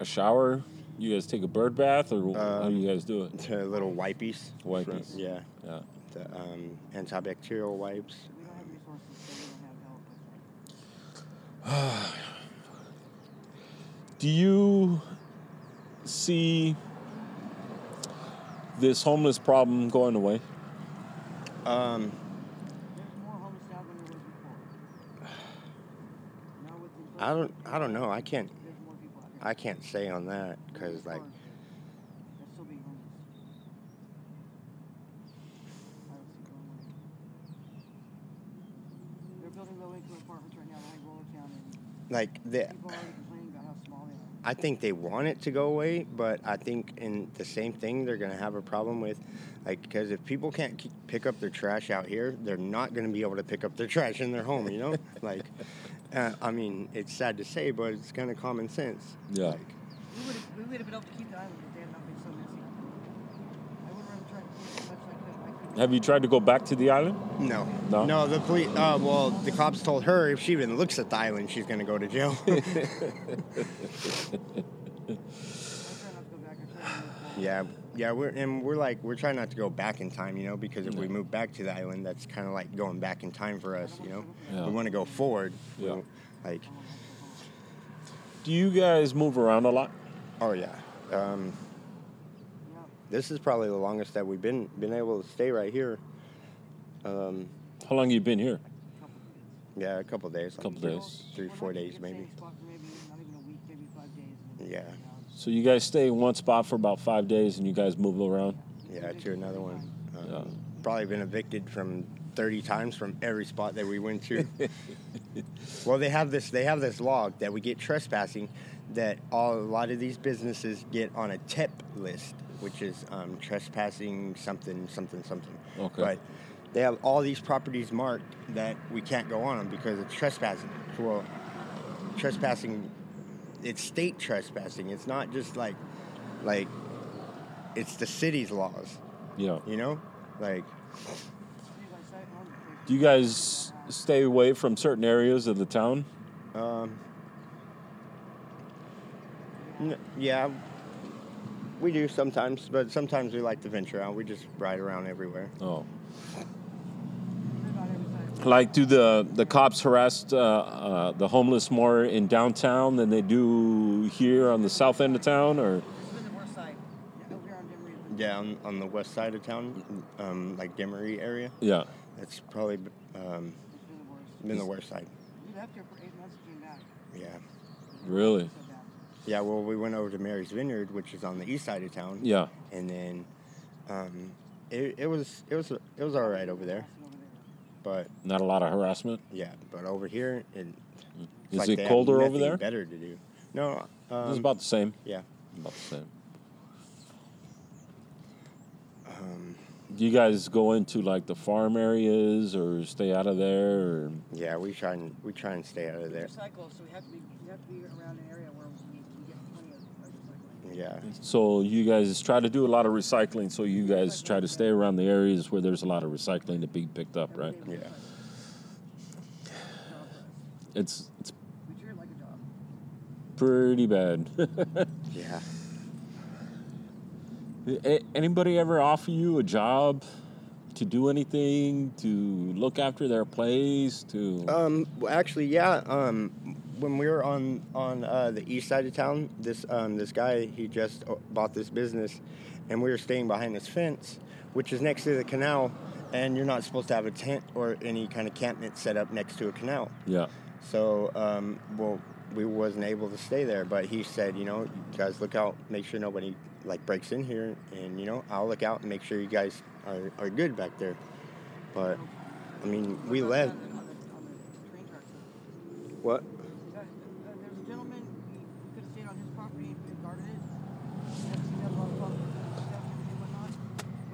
Speaker 4: a shower? You guys take a bird bath, or how do you
Speaker 2: Um,
Speaker 4: guys do it?
Speaker 2: to little wipies.
Speaker 4: Wipies.
Speaker 2: yeah.
Speaker 4: Yeah.
Speaker 2: The um, antibacterial wipes.
Speaker 5: We don't have resources, so we don't have help.
Speaker 4: Do you see this homeless problem going away?
Speaker 2: Um,
Speaker 5: There's more homeless now than there was before. Now with the
Speaker 2: I don't. I don't know. I can't.
Speaker 5: There's more people out here.
Speaker 2: I can't say on that because like
Speaker 5: That's still being homeless. I don't see it going away. They're building low income apartments right now behind Roller Town and
Speaker 2: like the
Speaker 5: people are already complaining about how small they are.
Speaker 2: I think they want it to go away, but I think in the same thing they're going to have a problem with, like because if people can't keep, pick up their trash out here, they're not going to be able to pick up their trash in their home. You know, like uh, I mean, it's sad to say, but it's kind of common sense.
Speaker 4: Yeah.
Speaker 2: Like,
Speaker 5: We would have we would have been able to keep the island if they had not been so messy. I would have tried to keep it as much as I could. but I couldn't.
Speaker 4: Have you tried to go back to the island?
Speaker 2: no,
Speaker 4: No?
Speaker 2: no. The police. Uh, well, the cops told her if she even looks at the island, she's going to go to jail.
Speaker 5: I try not to go back. I try to move forward.
Speaker 2: yeah, yeah. We're and we're like we're trying not to go back in time, you know, because if we move back to the island, that's kind of like going back in time for us, you know.
Speaker 4: Yeah.
Speaker 2: We want to go forward. We
Speaker 4: Yeah.
Speaker 2: don't- Like.
Speaker 4: Do you guys move around a lot?
Speaker 2: Oh yeah. Um,
Speaker 5: Yeah.
Speaker 2: this is probably the longest that we've been been able to stay right here. Um,
Speaker 4: How long you been here?
Speaker 5: couple of days.
Speaker 2: yeah, a couple days. like
Speaker 4: Couple
Speaker 2: three-
Speaker 4: days.
Speaker 2: Three,
Speaker 5: Well,
Speaker 2: four
Speaker 5: not even
Speaker 2: days
Speaker 5: the same
Speaker 2: maybe.
Speaker 5: spot for maybe not even a week, maybe five days, and then
Speaker 2: Yeah.
Speaker 5: you know,
Speaker 4: So you guys stay in one spot for about five days, and you guys move around.
Speaker 2: Yeah, to another one. Um,
Speaker 4: Yeah.
Speaker 2: Probably been evicted from 30 times from every spot that we went to. well, they have this they have this log that we get trespassing that all, a lot of these businesses get on a TEP list, which is um, trespassing something something something.
Speaker 4: Okay.
Speaker 2: But they have all these properties marked that we can't go on them because it's trespassing. Well, trespassing it's state trespassing. It's not just like like it's the city's laws,
Speaker 4: Yeah.
Speaker 2: you know? Like
Speaker 5: see by sight, on the face.
Speaker 4: Do you guys stay away from certain areas of the town?
Speaker 2: um n- yeah, we do sometimes, but sometimes we like to venture out. We just ride around everywhere.
Speaker 4: Oh.
Speaker 5: They're about every size.
Speaker 4: Like, do the, the cops harass uh, uh, the homeless more in downtown than they do here on the south end of town? Or
Speaker 5: This is in the north side. Yeah, over here on Demery, it's been-
Speaker 2: Yeah, on, on the west side of town, um, like Demery area.
Speaker 4: yeah,
Speaker 2: That's probably um,
Speaker 5: it's been the worst.
Speaker 2: been the worst side.
Speaker 5: We left here for eight months and came back.
Speaker 2: Yeah,
Speaker 4: really?
Speaker 5: So bad.
Speaker 2: yeah. Well, we went over to Mary's Vineyard, which is on the east side of town.
Speaker 4: Yeah.
Speaker 2: and then um, it, it was it was it was all right over there,
Speaker 5: Passing over there.
Speaker 2: but
Speaker 4: Not a lot of harassment.
Speaker 2: yeah, but over here it, it's
Speaker 4: Is
Speaker 2: like they
Speaker 4: it
Speaker 2: have
Speaker 4: colder over
Speaker 2: nothing
Speaker 4: there?
Speaker 2: Better to do. No, um,
Speaker 4: it's about the same.
Speaker 2: yeah.
Speaker 4: About the same. Do you guys go into like the farm areas or stay out of there? Or,
Speaker 2: Yeah, we try and we try and stay out of
Speaker 5: We
Speaker 2: there.
Speaker 5: recycle, so we have to be, we have to be around an area where we can get plenty of of recycling.
Speaker 2: Yeah,
Speaker 4: so you guys try to do a lot of recycling. So you guys try to stay around the areas where there's a lot of recycling to be picked up, right?
Speaker 5: Every day we
Speaker 2: Yeah.
Speaker 5: recycle. Not for us.
Speaker 4: It's it's
Speaker 5: We treat her like a dog.
Speaker 4: pretty bad.
Speaker 2: Yeah.
Speaker 4: A- Anybody ever offer you a job to do anything to look after their place to
Speaker 2: Um, well, actually, yeah. Um, when we were on on uh, the east side of town, this um, this guy he just uh, bought this business, and we were staying behind this fence, which is next to the canal, and you're not supposed to have a tent or any kind of campment set up next to a canal.
Speaker 4: yeah
Speaker 2: So, um, well, we wasn't able to stay there, but he said, you know, you guys look out, make sure nobody like breaks in here, and you know, I'll look out and make sure you guys are, are good back there. But I mean, we
Speaker 5: On the-
Speaker 2: left.
Speaker 5: on the- on the train tracks.
Speaker 2: What?
Speaker 5: Uh, uh, There's a gentleman, he could have stayed on his property and guarded it. That's- He had a lot of problems with theft and whatnot.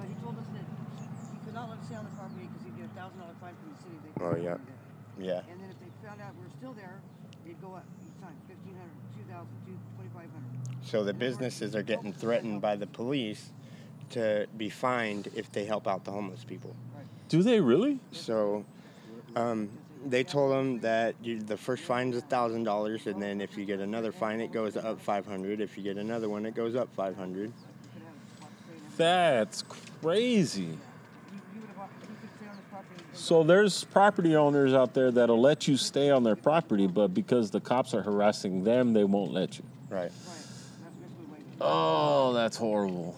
Speaker 5: But he told us that he he could not let us stay on the property because he'd get a thousand dollar fine from the city. if they
Speaker 2: Oh,
Speaker 5: found
Speaker 2: yeah.
Speaker 5: out we were there.
Speaker 2: Yeah.
Speaker 5: And then if they found out we we're still there, they'd go up each time, fifteen hundred, two thousand, two, twenty-five hundred.
Speaker 2: So the businesses are getting threatened by the police to be fined if they help out the homeless people.
Speaker 4: do they really
Speaker 2: So um, they told them that you, the first fine is thousand dollars, and then if you get another fine, it goes up five hundred. If you get another one, it goes up five hundred.
Speaker 5: Could have a spot to stay and everything.
Speaker 4: that's crazy
Speaker 5: You, you would have, op- you could stay on his property. and-
Speaker 4: so there's property owners out there that'll let you stay on their property but because the cops are harassing them they won't let you
Speaker 2: Right.
Speaker 5: Right, that's basically what he did.
Speaker 4: oh that's horrible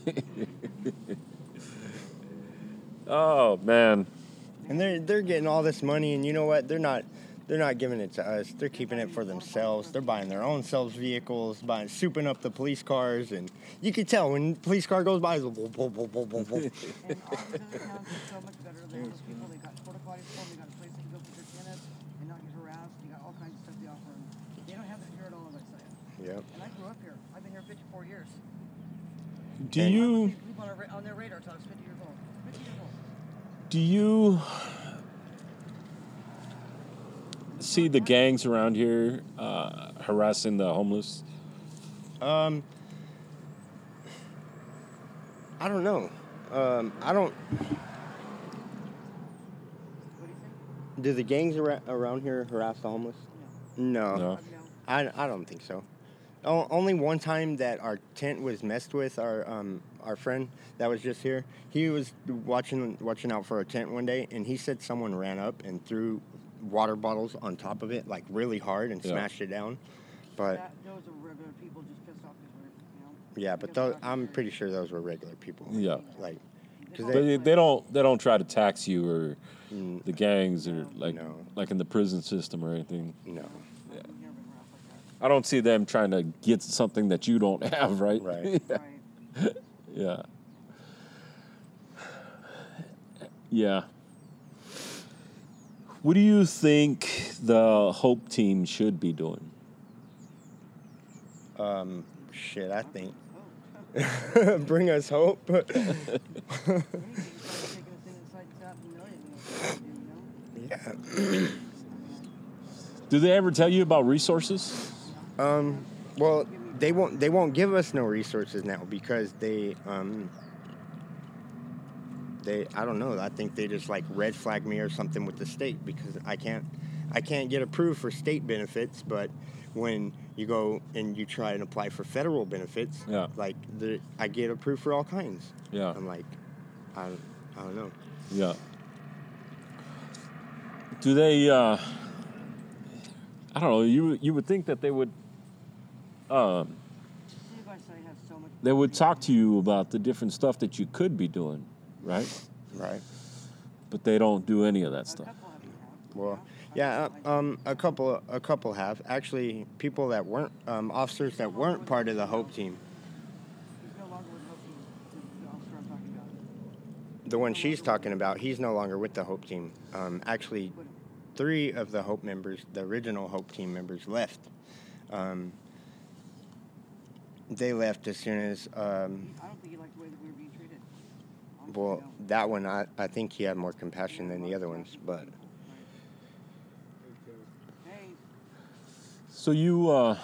Speaker 4: oh man
Speaker 2: And they're they're getting all this money, and you know what? They're not they're not giving it to us. They're keeping it for themselves. They're buying their own selves vehicles, buying souping up the police cars, and you can tell when the police car goes by. It's boom, boom, boom, boom, boom, boom.
Speaker 5: And all the other towns are so much better. They have those people, they got porta potties for them, they got a place they can go put their kid in and not get harassed. You got all kinds of stuff they offer. And they don't have that here at all, as I say.
Speaker 2: Yep.
Speaker 5: And I grew up here. I've been here 54 years.
Speaker 4: do
Speaker 2: And-
Speaker 4: you
Speaker 5: People on, our, ra- on their radar till I was 50 years old. 50 years old.
Speaker 4: Do you see the gangs around here uh, harassing the homeless?
Speaker 2: Um, I don't know. Um, I don't.
Speaker 5: What do you think?
Speaker 2: Do the gangs ar- around here harass the homeless? No.
Speaker 4: No.
Speaker 5: No. No.
Speaker 2: I, I don't think so. O- only one time that our tent was messed with, our um, our friend that was just here, he was watching watching out for a tent one day, and he said someone ran up and threw water bottles on top of it, like really hard, and
Speaker 4: Yeah.
Speaker 2: smashed it down. But
Speaker 5: That, those are regular people just pissed off because we're, you know.
Speaker 2: yeah, but
Speaker 5: because
Speaker 2: those,
Speaker 5: we're not
Speaker 2: I'm
Speaker 5: here.
Speaker 2: pretty sure those were regular people.
Speaker 4: Yeah.
Speaker 2: Like,
Speaker 5: They
Speaker 2: because
Speaker 5: call
Speaker 4: But
Speaker 2: they,
Speaker 4: they, they don't they don't try to tax you or
Speaker 2: Mm,
Speaker 4: the gangs or like
Speaker 2: No.
Speaker 4: like in the prison system or anything.
Speaker 2: no,
Speaker 5: I've never been harassed like that.
Speaker 4: I don't see them trying to get something that you don't have, right?
Speaker 2: Right.
Speaker 5: Right. Oh,
Speaker 4: yeah. Yeah. What do you think the Hope team should be doing?
Speaker 2: um, shit, I think
Speaker 5: Oh.
Speaker 2: bring us hope.
Speaker 5: Anything, it's like taking a thing inside and out and knowing it, you know?
Speaker 2: yeah.
Speaker 4: Do they ever tell you about resources?
Speaker 2: Um, well, they won't. They won't give us no resources now because they. Um, they. I don't know. I think they just like red flag me or something with the state because I can't. I can't get approved for state benefits, but when you go and you try and apply for federal benefits,
Speaker 4: Yeah.
Speaker 2: like the, I get approved for all kinds.
Speaker 4: Yeah.
Speaker 2: I'm like, I, I don't know.
Speaker 4: Yeah. Do they? Uh, I don't know. You you would think that they would um,
Speaker 5: Steve, I say, has so much.
Speaker 4: they would talk to you about the different stuff that you could be doing, right?
Speaker 2: Right.
Speaker 4: But they don't do any of that
Speaker 5: A
Speaker 4: stuff.
Speaker 5: couple of them have, you
Speaker 2: Well,
Speaker 5: know? I
Speaker 2: yeah,
Speaker 5: just like-
Speaker 2: uh, um, a couple, a couple have actually. People that weren't um, officers that weren't part of the Hope team.
Speaker 5: He's no longer with Hope Team, the officer I'm talking about.
Speaker 2: The one she's talking about, he's no longer with the Hope team. Um, actually,
Speaker 5: Put him.
Speaker 2: three of the Hope members, the original Hope team members, left. Um, they left as soon as. Um,
Speaker 5: I don't think he liked the way that we were being treated. Honestly,
Speaker 2: well,
Speaker 5: no.
Speaker 2: that one, I, I think he had more
Speaker 5: He
Speaker 2: compassion
Speaker 5: had
Speaker 2: than
Speaker 5: a
Speaker 2: the
Speaker 5: lot
Speaker 2: other
Speaker 5: of
Speaker 2: ones,
Speaker 5: compassion.
Speaker 2: but
Speaker 5: Right. Hey,
Speaker 4: So you uh,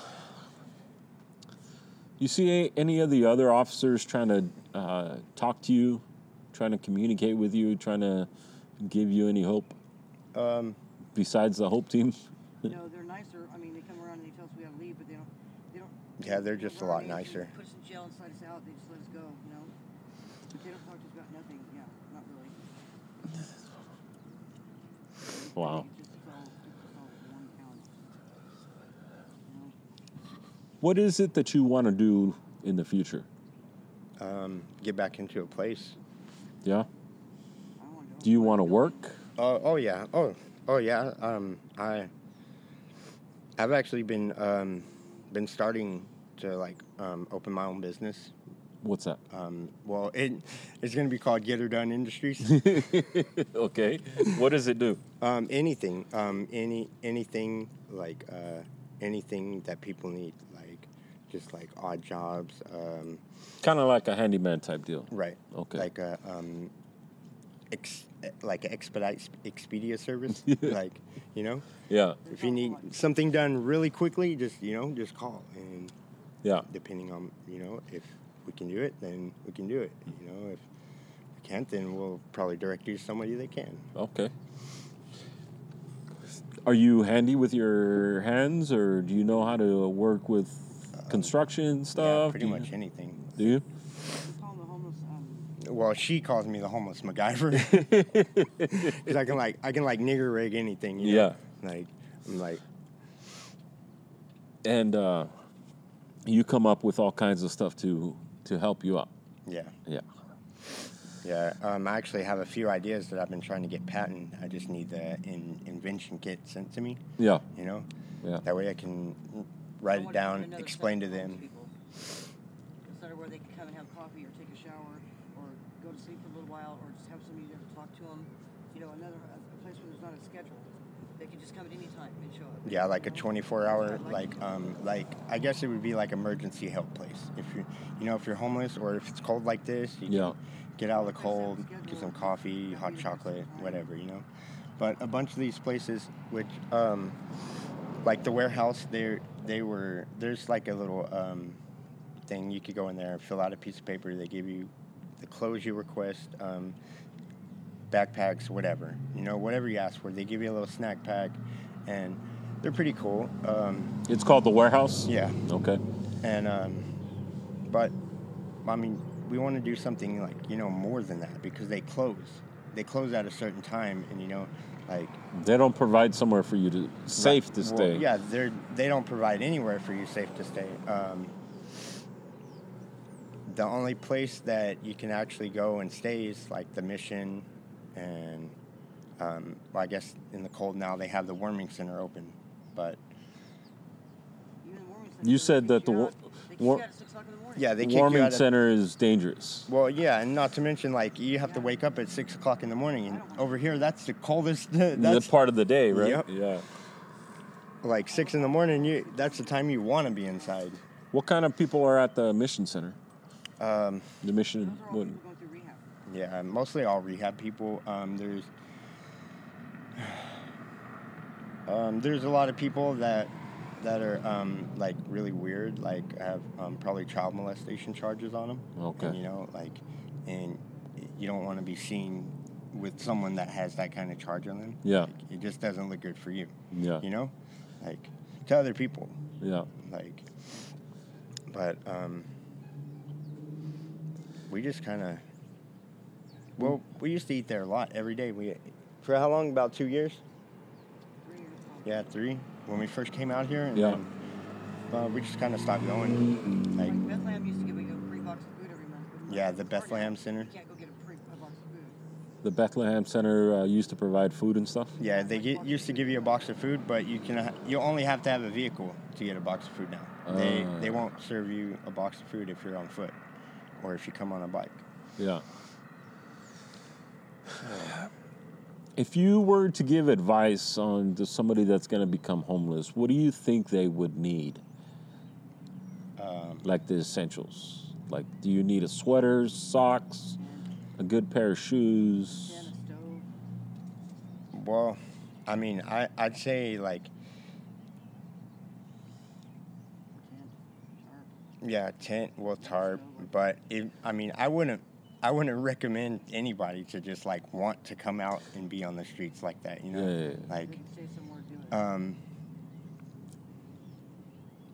Speaker 4: you see a- any of the other officers trying to uh, talk to you, trying to communicate with you, trying to give you any hope?
Speaker 2: um,
Speaker 4: besides the Hope team?
Speaker 5: No, they're nicer. I mean, they come around and they tell us we gotta leave, but they don't. They don't.
Speaker 2: Yeah, they're
Speaker 5: they don't
Speaker 2: just a
Speaker 5: let our
Speaker 2: lot
Speaker 5: names and
Speaker 2: nicer.
Speaker 5: Put us in jail and slide us out. They just let us go. You know. But they don't talk to us about nothing. Yeah, not really.
Speaker 4: Wow.
Speaker 5: It's just all, it's just all one town. You know?
Speaker 4: What is it that you want to do in the future?
Speaker 2: Um, get back into a place.
Speaker 4: Yeah.
Speaker 5: I don't wanna
Speaker 4: Do you want to work?
Speaker 2: Oh, oh yeah. Oh, oh yeah. Um, I, I've actually been um, been starting to like um, open my own business.
Speaker 4: What's that?
Speaker 2: Um, well, it it's gonna be called Get Her Done Industries.
Speaker 4: okay. What does it do?
Speaker 2: um, anything, um, any anything like uh, anything that people need, like just like odd jobs. Um,
Speaker 4: Kind of like a handyman type deal.
Speaker 2: right.
Speaker 4: Okay.
Speaker 2: Like a um, ex, like a expedite Expedia service. like you know.
Speaker 4: Yeah.
Speaker 2: If you need something done really quickly, just you know, just call. And
Speaker 4: Yeah.
Speaker 2: depending on you know, if we can do it, then we can do it. You know, if we can't, then we'll probably direct you to somebody that can.
Speaker 4: Okay. Are you handy with your hands, or do you know how to work with construction stuff?
Speaker 2: yeah, pretty
Speaker 4: Do you-
Speaker 2: much anything.
Speaker 4: Do you?
Speaker 5: We call them the homeless. Um,
Speaker 2: Well, she calls me the homeless MacGyver because I can like I can like nigger rig anything. You know? Yeah, like I'm like
Speaker 4: And uh, you come up with all kinds of stuff to to help you out.
Speaker 2: yeah.
Speaker 4: Yeah.
Speaker 2: Yeah, um, I actually have a few ideas that I've been trying to get patent. I just need the in, invention kit sent to me,
Speaker 4: Yeah.
Speaker 2: you know?
Speaker 4: Yeah.
Speaker 2: That way I can
Speaker 5: I
Speaker 2: write it
Speaker 5: wanna find
Speaker 2: down,
Speaker 5: another
Speaker 2: explain to
Speaker 5: set of
Speaker 2: them.
Speaker 5: homeless people. A center where they can come and have coffee or take a shower or go to sleep for a little while or just have somebody there to talk to them. You know, another a, a place where there's not a schedule. They can just come at any time and show up.
Speaker 2: Yeah, like a
Speaker 5: you know?
Speaker 2: 24 hour,
Speaker 5: I'd like
Speaker 2: like, um, like, I guess it would be like emergency help place. If you, you know, if you're homeless or if it's cold like this, you
Speaker 4: Yeah.
Speaker 2: can get out of the cold, get some coffee, hot chocolate, whatever, you know? But a bunch of these places, which, um, like the warehouse, they they were, there's like a little, um, thing. You could go in there, fill out a piece of paper. They give you the clothes you request, um, backpacks, whatever. You know, whatever you ask for. They give you a little snack pack, and they're pretty cool. Um,
Speaker 4: It's called the warehouse.
Speaker 2: yeah,
Speaker 4: Okay.
Speaker 2: and um, but I mean, we want to do something like you know more than that because they close. They close at a certain time, and you know, like
Speaker 4: They don't provide somewhere for you to safe to
Speaker 2: well,
Speaker 4: stay.
Speaker 2: yeah, they're they don't provide anywhere for you safe to stay. Um, the only place that you can actually go and stay is like the mission, and um, well, I guess in the cold now they have the warming center open, but
Speaker 5: even the warming center,
Speaker 4: You
Speaker 5: they
Speaker 4: said
Speaker 5: kick
Speaker 4: that the
Speaker 5: you
Speaker 4: wa-
Speaker 5: out- they kick you
Speaker 4: war-
Speaker 5: out at six o'clock in the morning.
Speaker 2: yeah, they
Speaker 4: The
Speaker 2: kick you
Speaker 4: warming
Speaker 2: out of-
Speaker 4: center is dangerous.
Speaker 2: Well, yeah, and not to mention like you have to wake up at six o'clock in the morning, and over here that's the coldest.
Speaker 4: the
Speaker 2: That's
Speaker 4: part of the day, right?
Speaker 2: Yep.
Speaker 4: Yeah.
Speaker 2: like six in the morning. You that's the time you want to be inside.
Speaker 4: What kind of people are at the mission center?
Speaker 2: Um,
Speaker 4: the mission.
Speaker 5: Those are all
Speaker 4: What,
Speaker 5: people going through
Speaker 2: Yeah,
Speaker 5: rehab.
Speaker 2: mostly all rehab people. Um, there's um, there's a lot of people that that are um, like really weird, like have um, probably child molestation charges on them.
Speaker 4: Okay.
Speaker 2: And, you know, like, and you don't want to be seen with someone that has that kind of charge on them.
Speaker 4: Yeah.
Speaker 2: Like, it just doesn't look good for you.
Speaker 4: Yeah.
Speaker 2: You know, like to other people,
Speaker 4: yeah.
Speaker 2: like, but um, we just kind of well, we used to eat there a lot every day. We for how long? About two years.
Speaker 5: Three years old.
Speaker 2: Yeah, three. When we first came out here, and
Speaker 4: Yeah.
Speaker 2: then, uh, we just kind of stopped going. Like,
Speaker 5: Like Bethlehem used to give you a free box of food every month. but
Speaker 2: Yeah, the
Speaker 5: it's hard now.
Speaker 2: Bethlehem Center.
Speaker 5: You can't go get a free a box of food.
Speaker 4: The Bethlehem Center uh, used to provide food and stuff.
Speaker 2: yeah, they get, used to give you a box of food, but you can ha- you only have to have a vehicle to get a box of food now. They
Speaker 4: Ah.
Speaker 2: they won't serve you a box of food if you're on foot, or if you come on a bike.
Speaker 4: Yeah. If you were to give advice on to somebody that's going to become homeless, what do you think they would need? like the essentials. Like, do you need a sweater, socks, a good pair of shoes?
Speaker 5: Then a stove.
Speaker 2: Well, I mean, I I'd say like
Speaker 5: Tent, tarp.
Speaker 2: yeah, tent, well, tarp, but if, I mean, I wouldn't I wouldn't recommend anybody to just like want to come out and be on the streets like that. You know,
Speaker 4: Yeah, yeah, yeah.
Speaker 2: like
Speaker 5: Say some more, do it.
Speaker 2: um,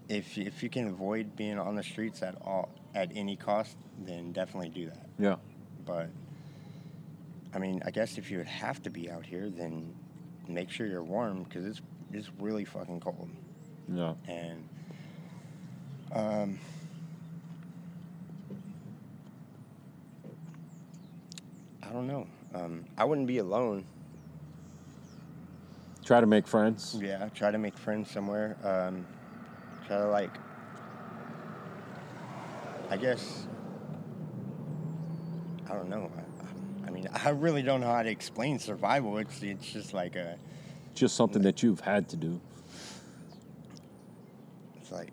Speaker 2: if if you can avoid being on the streets at all at any cost, then definitely do that.
Speaker 4: Yeah.
Speaker 2: But I mean, I guess if you would have to be out here, then make sure you're warm because it's it's really fucking cold.
Speaker 4: Yeah.
Speaker 2: And um, I don't know. Um, I wouldn't be alone.
Speaker 4: Try to make friends.
Speaker 2: Yeah, try to make friends somewhere. Um, try to like, I guess. I don't know. I, I mean, I really don't know how to explain survival. It's it's just like a,
Speaker 4: Just something that you've had to do.
Speaker 2: it's like.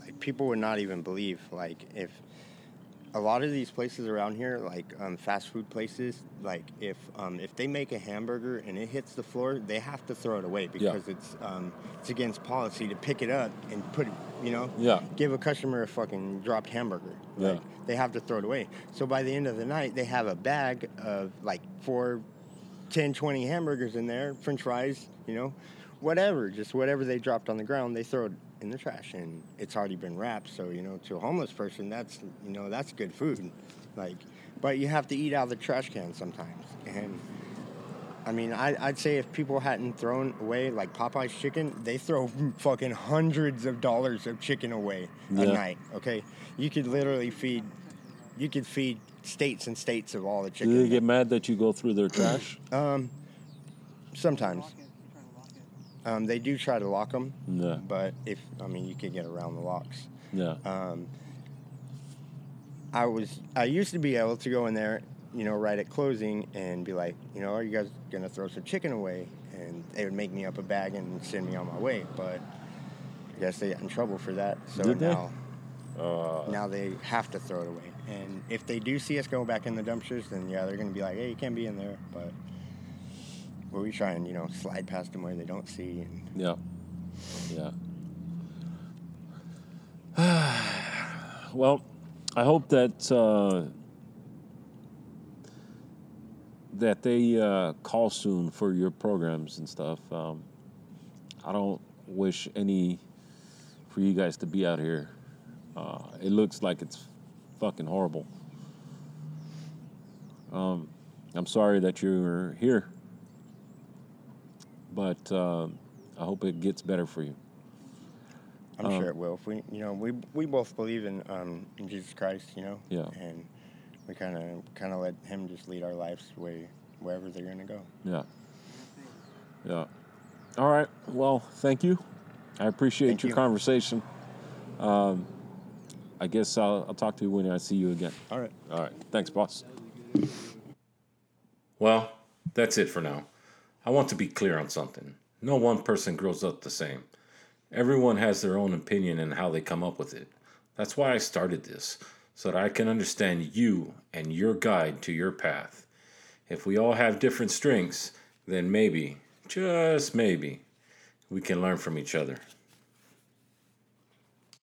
Speaker 2: Like people would not even believe like if a lot of these places around here like um, fast food places like if um, if they make a hamburger and it hits the floor they have to throw it away because it's um, it's against policy to pick it up and put it you know
Speaker 4: Yeah.
Speaker 2: give a customer a fucking dropped hamburger
Speaker 4: Yeah.
Speaker 2: like they have to throw it away so by the end of the night they have a bag of like four 10 20 hamburgers in there french fries you know whatever just whatever they dropped on the ground they throw it in the trash and it's already been wrapped so you know to a homeless person that's you know that's good food like but you have to eat out of the trash can sometimes and I mean, I, I'd say if people hadn't thrown away like Popeye's chicken, they throw fucking hundreds of dollars of chicken away a
Speaker 4: Yeah.
Speaker 2: night. Okay, you could literally feed, you could feed states and states of all the
Speaker 4: Do they
Speaker 2: chicken.
Speaker 4: get mad that you go through their trash?
Speaker 2: um, sometimes
Speaker 5: Lock it. You're trying to lock it.
Speaker 2: um, they do try to lock them,
Speaker 4: Yeah.
Speaker 2: but if I mean, you could get around the locks.
Speaker 4: Yeah.
Speaker 2: um, I was I used to be able to go in there, you know, right at closing and be like, you know, are you guys gonna throw some chicken away? And they would make me up a bag and send me on my way. But I guess they got in trouble for that. So
Speaker 4: Did they?
Speaker 2: now now they have to throw it away. And if they do see us go back in the dumpsters, then yeah, they're gonna be like, hey, you can't be in there. But we try and you know slide past them where they don't see. And
Speaker 4: Yeah. Yeah. well, I hope that uh, that they uh, call soon for your programs and stuff. Um, I don't wish any for you guys to be out here. Uh, it looks like it's fucking horrible. Um, I'm sorry that you're here, but um I hope it gets better for you.
Speaker 2: I'm
Speaker 4: Um,
Speaker 2: sure it will. If we, you know, we we both believe in um, in Jesus Christ, you know.
Speaker 4: Yeah.
Speaker 2: And we kind of kind of let Him just lead our lives way wherever they're gonna go.
Speaker 4: Yeah. Yeah. All right. Well, thank you. I appreciate
Speaker 2: Thank
Speaker 4: your
Speaker 2: you.
Speaker 4: conversation. Um, I guess I'll, I'll talk to you when I see you again.
Speaker 2: All right.
Speaker 4: All right. Thanks, boss.
Speaker 1: Well, that's it for now. I want to be clear on something. No one person grows up the same. Everyone has their own opinion and how they come up with it. That's why I started this, so that I can understand you and your guide to your path. If we all have different strengths, then maybe, just maybe, we can learn from each other.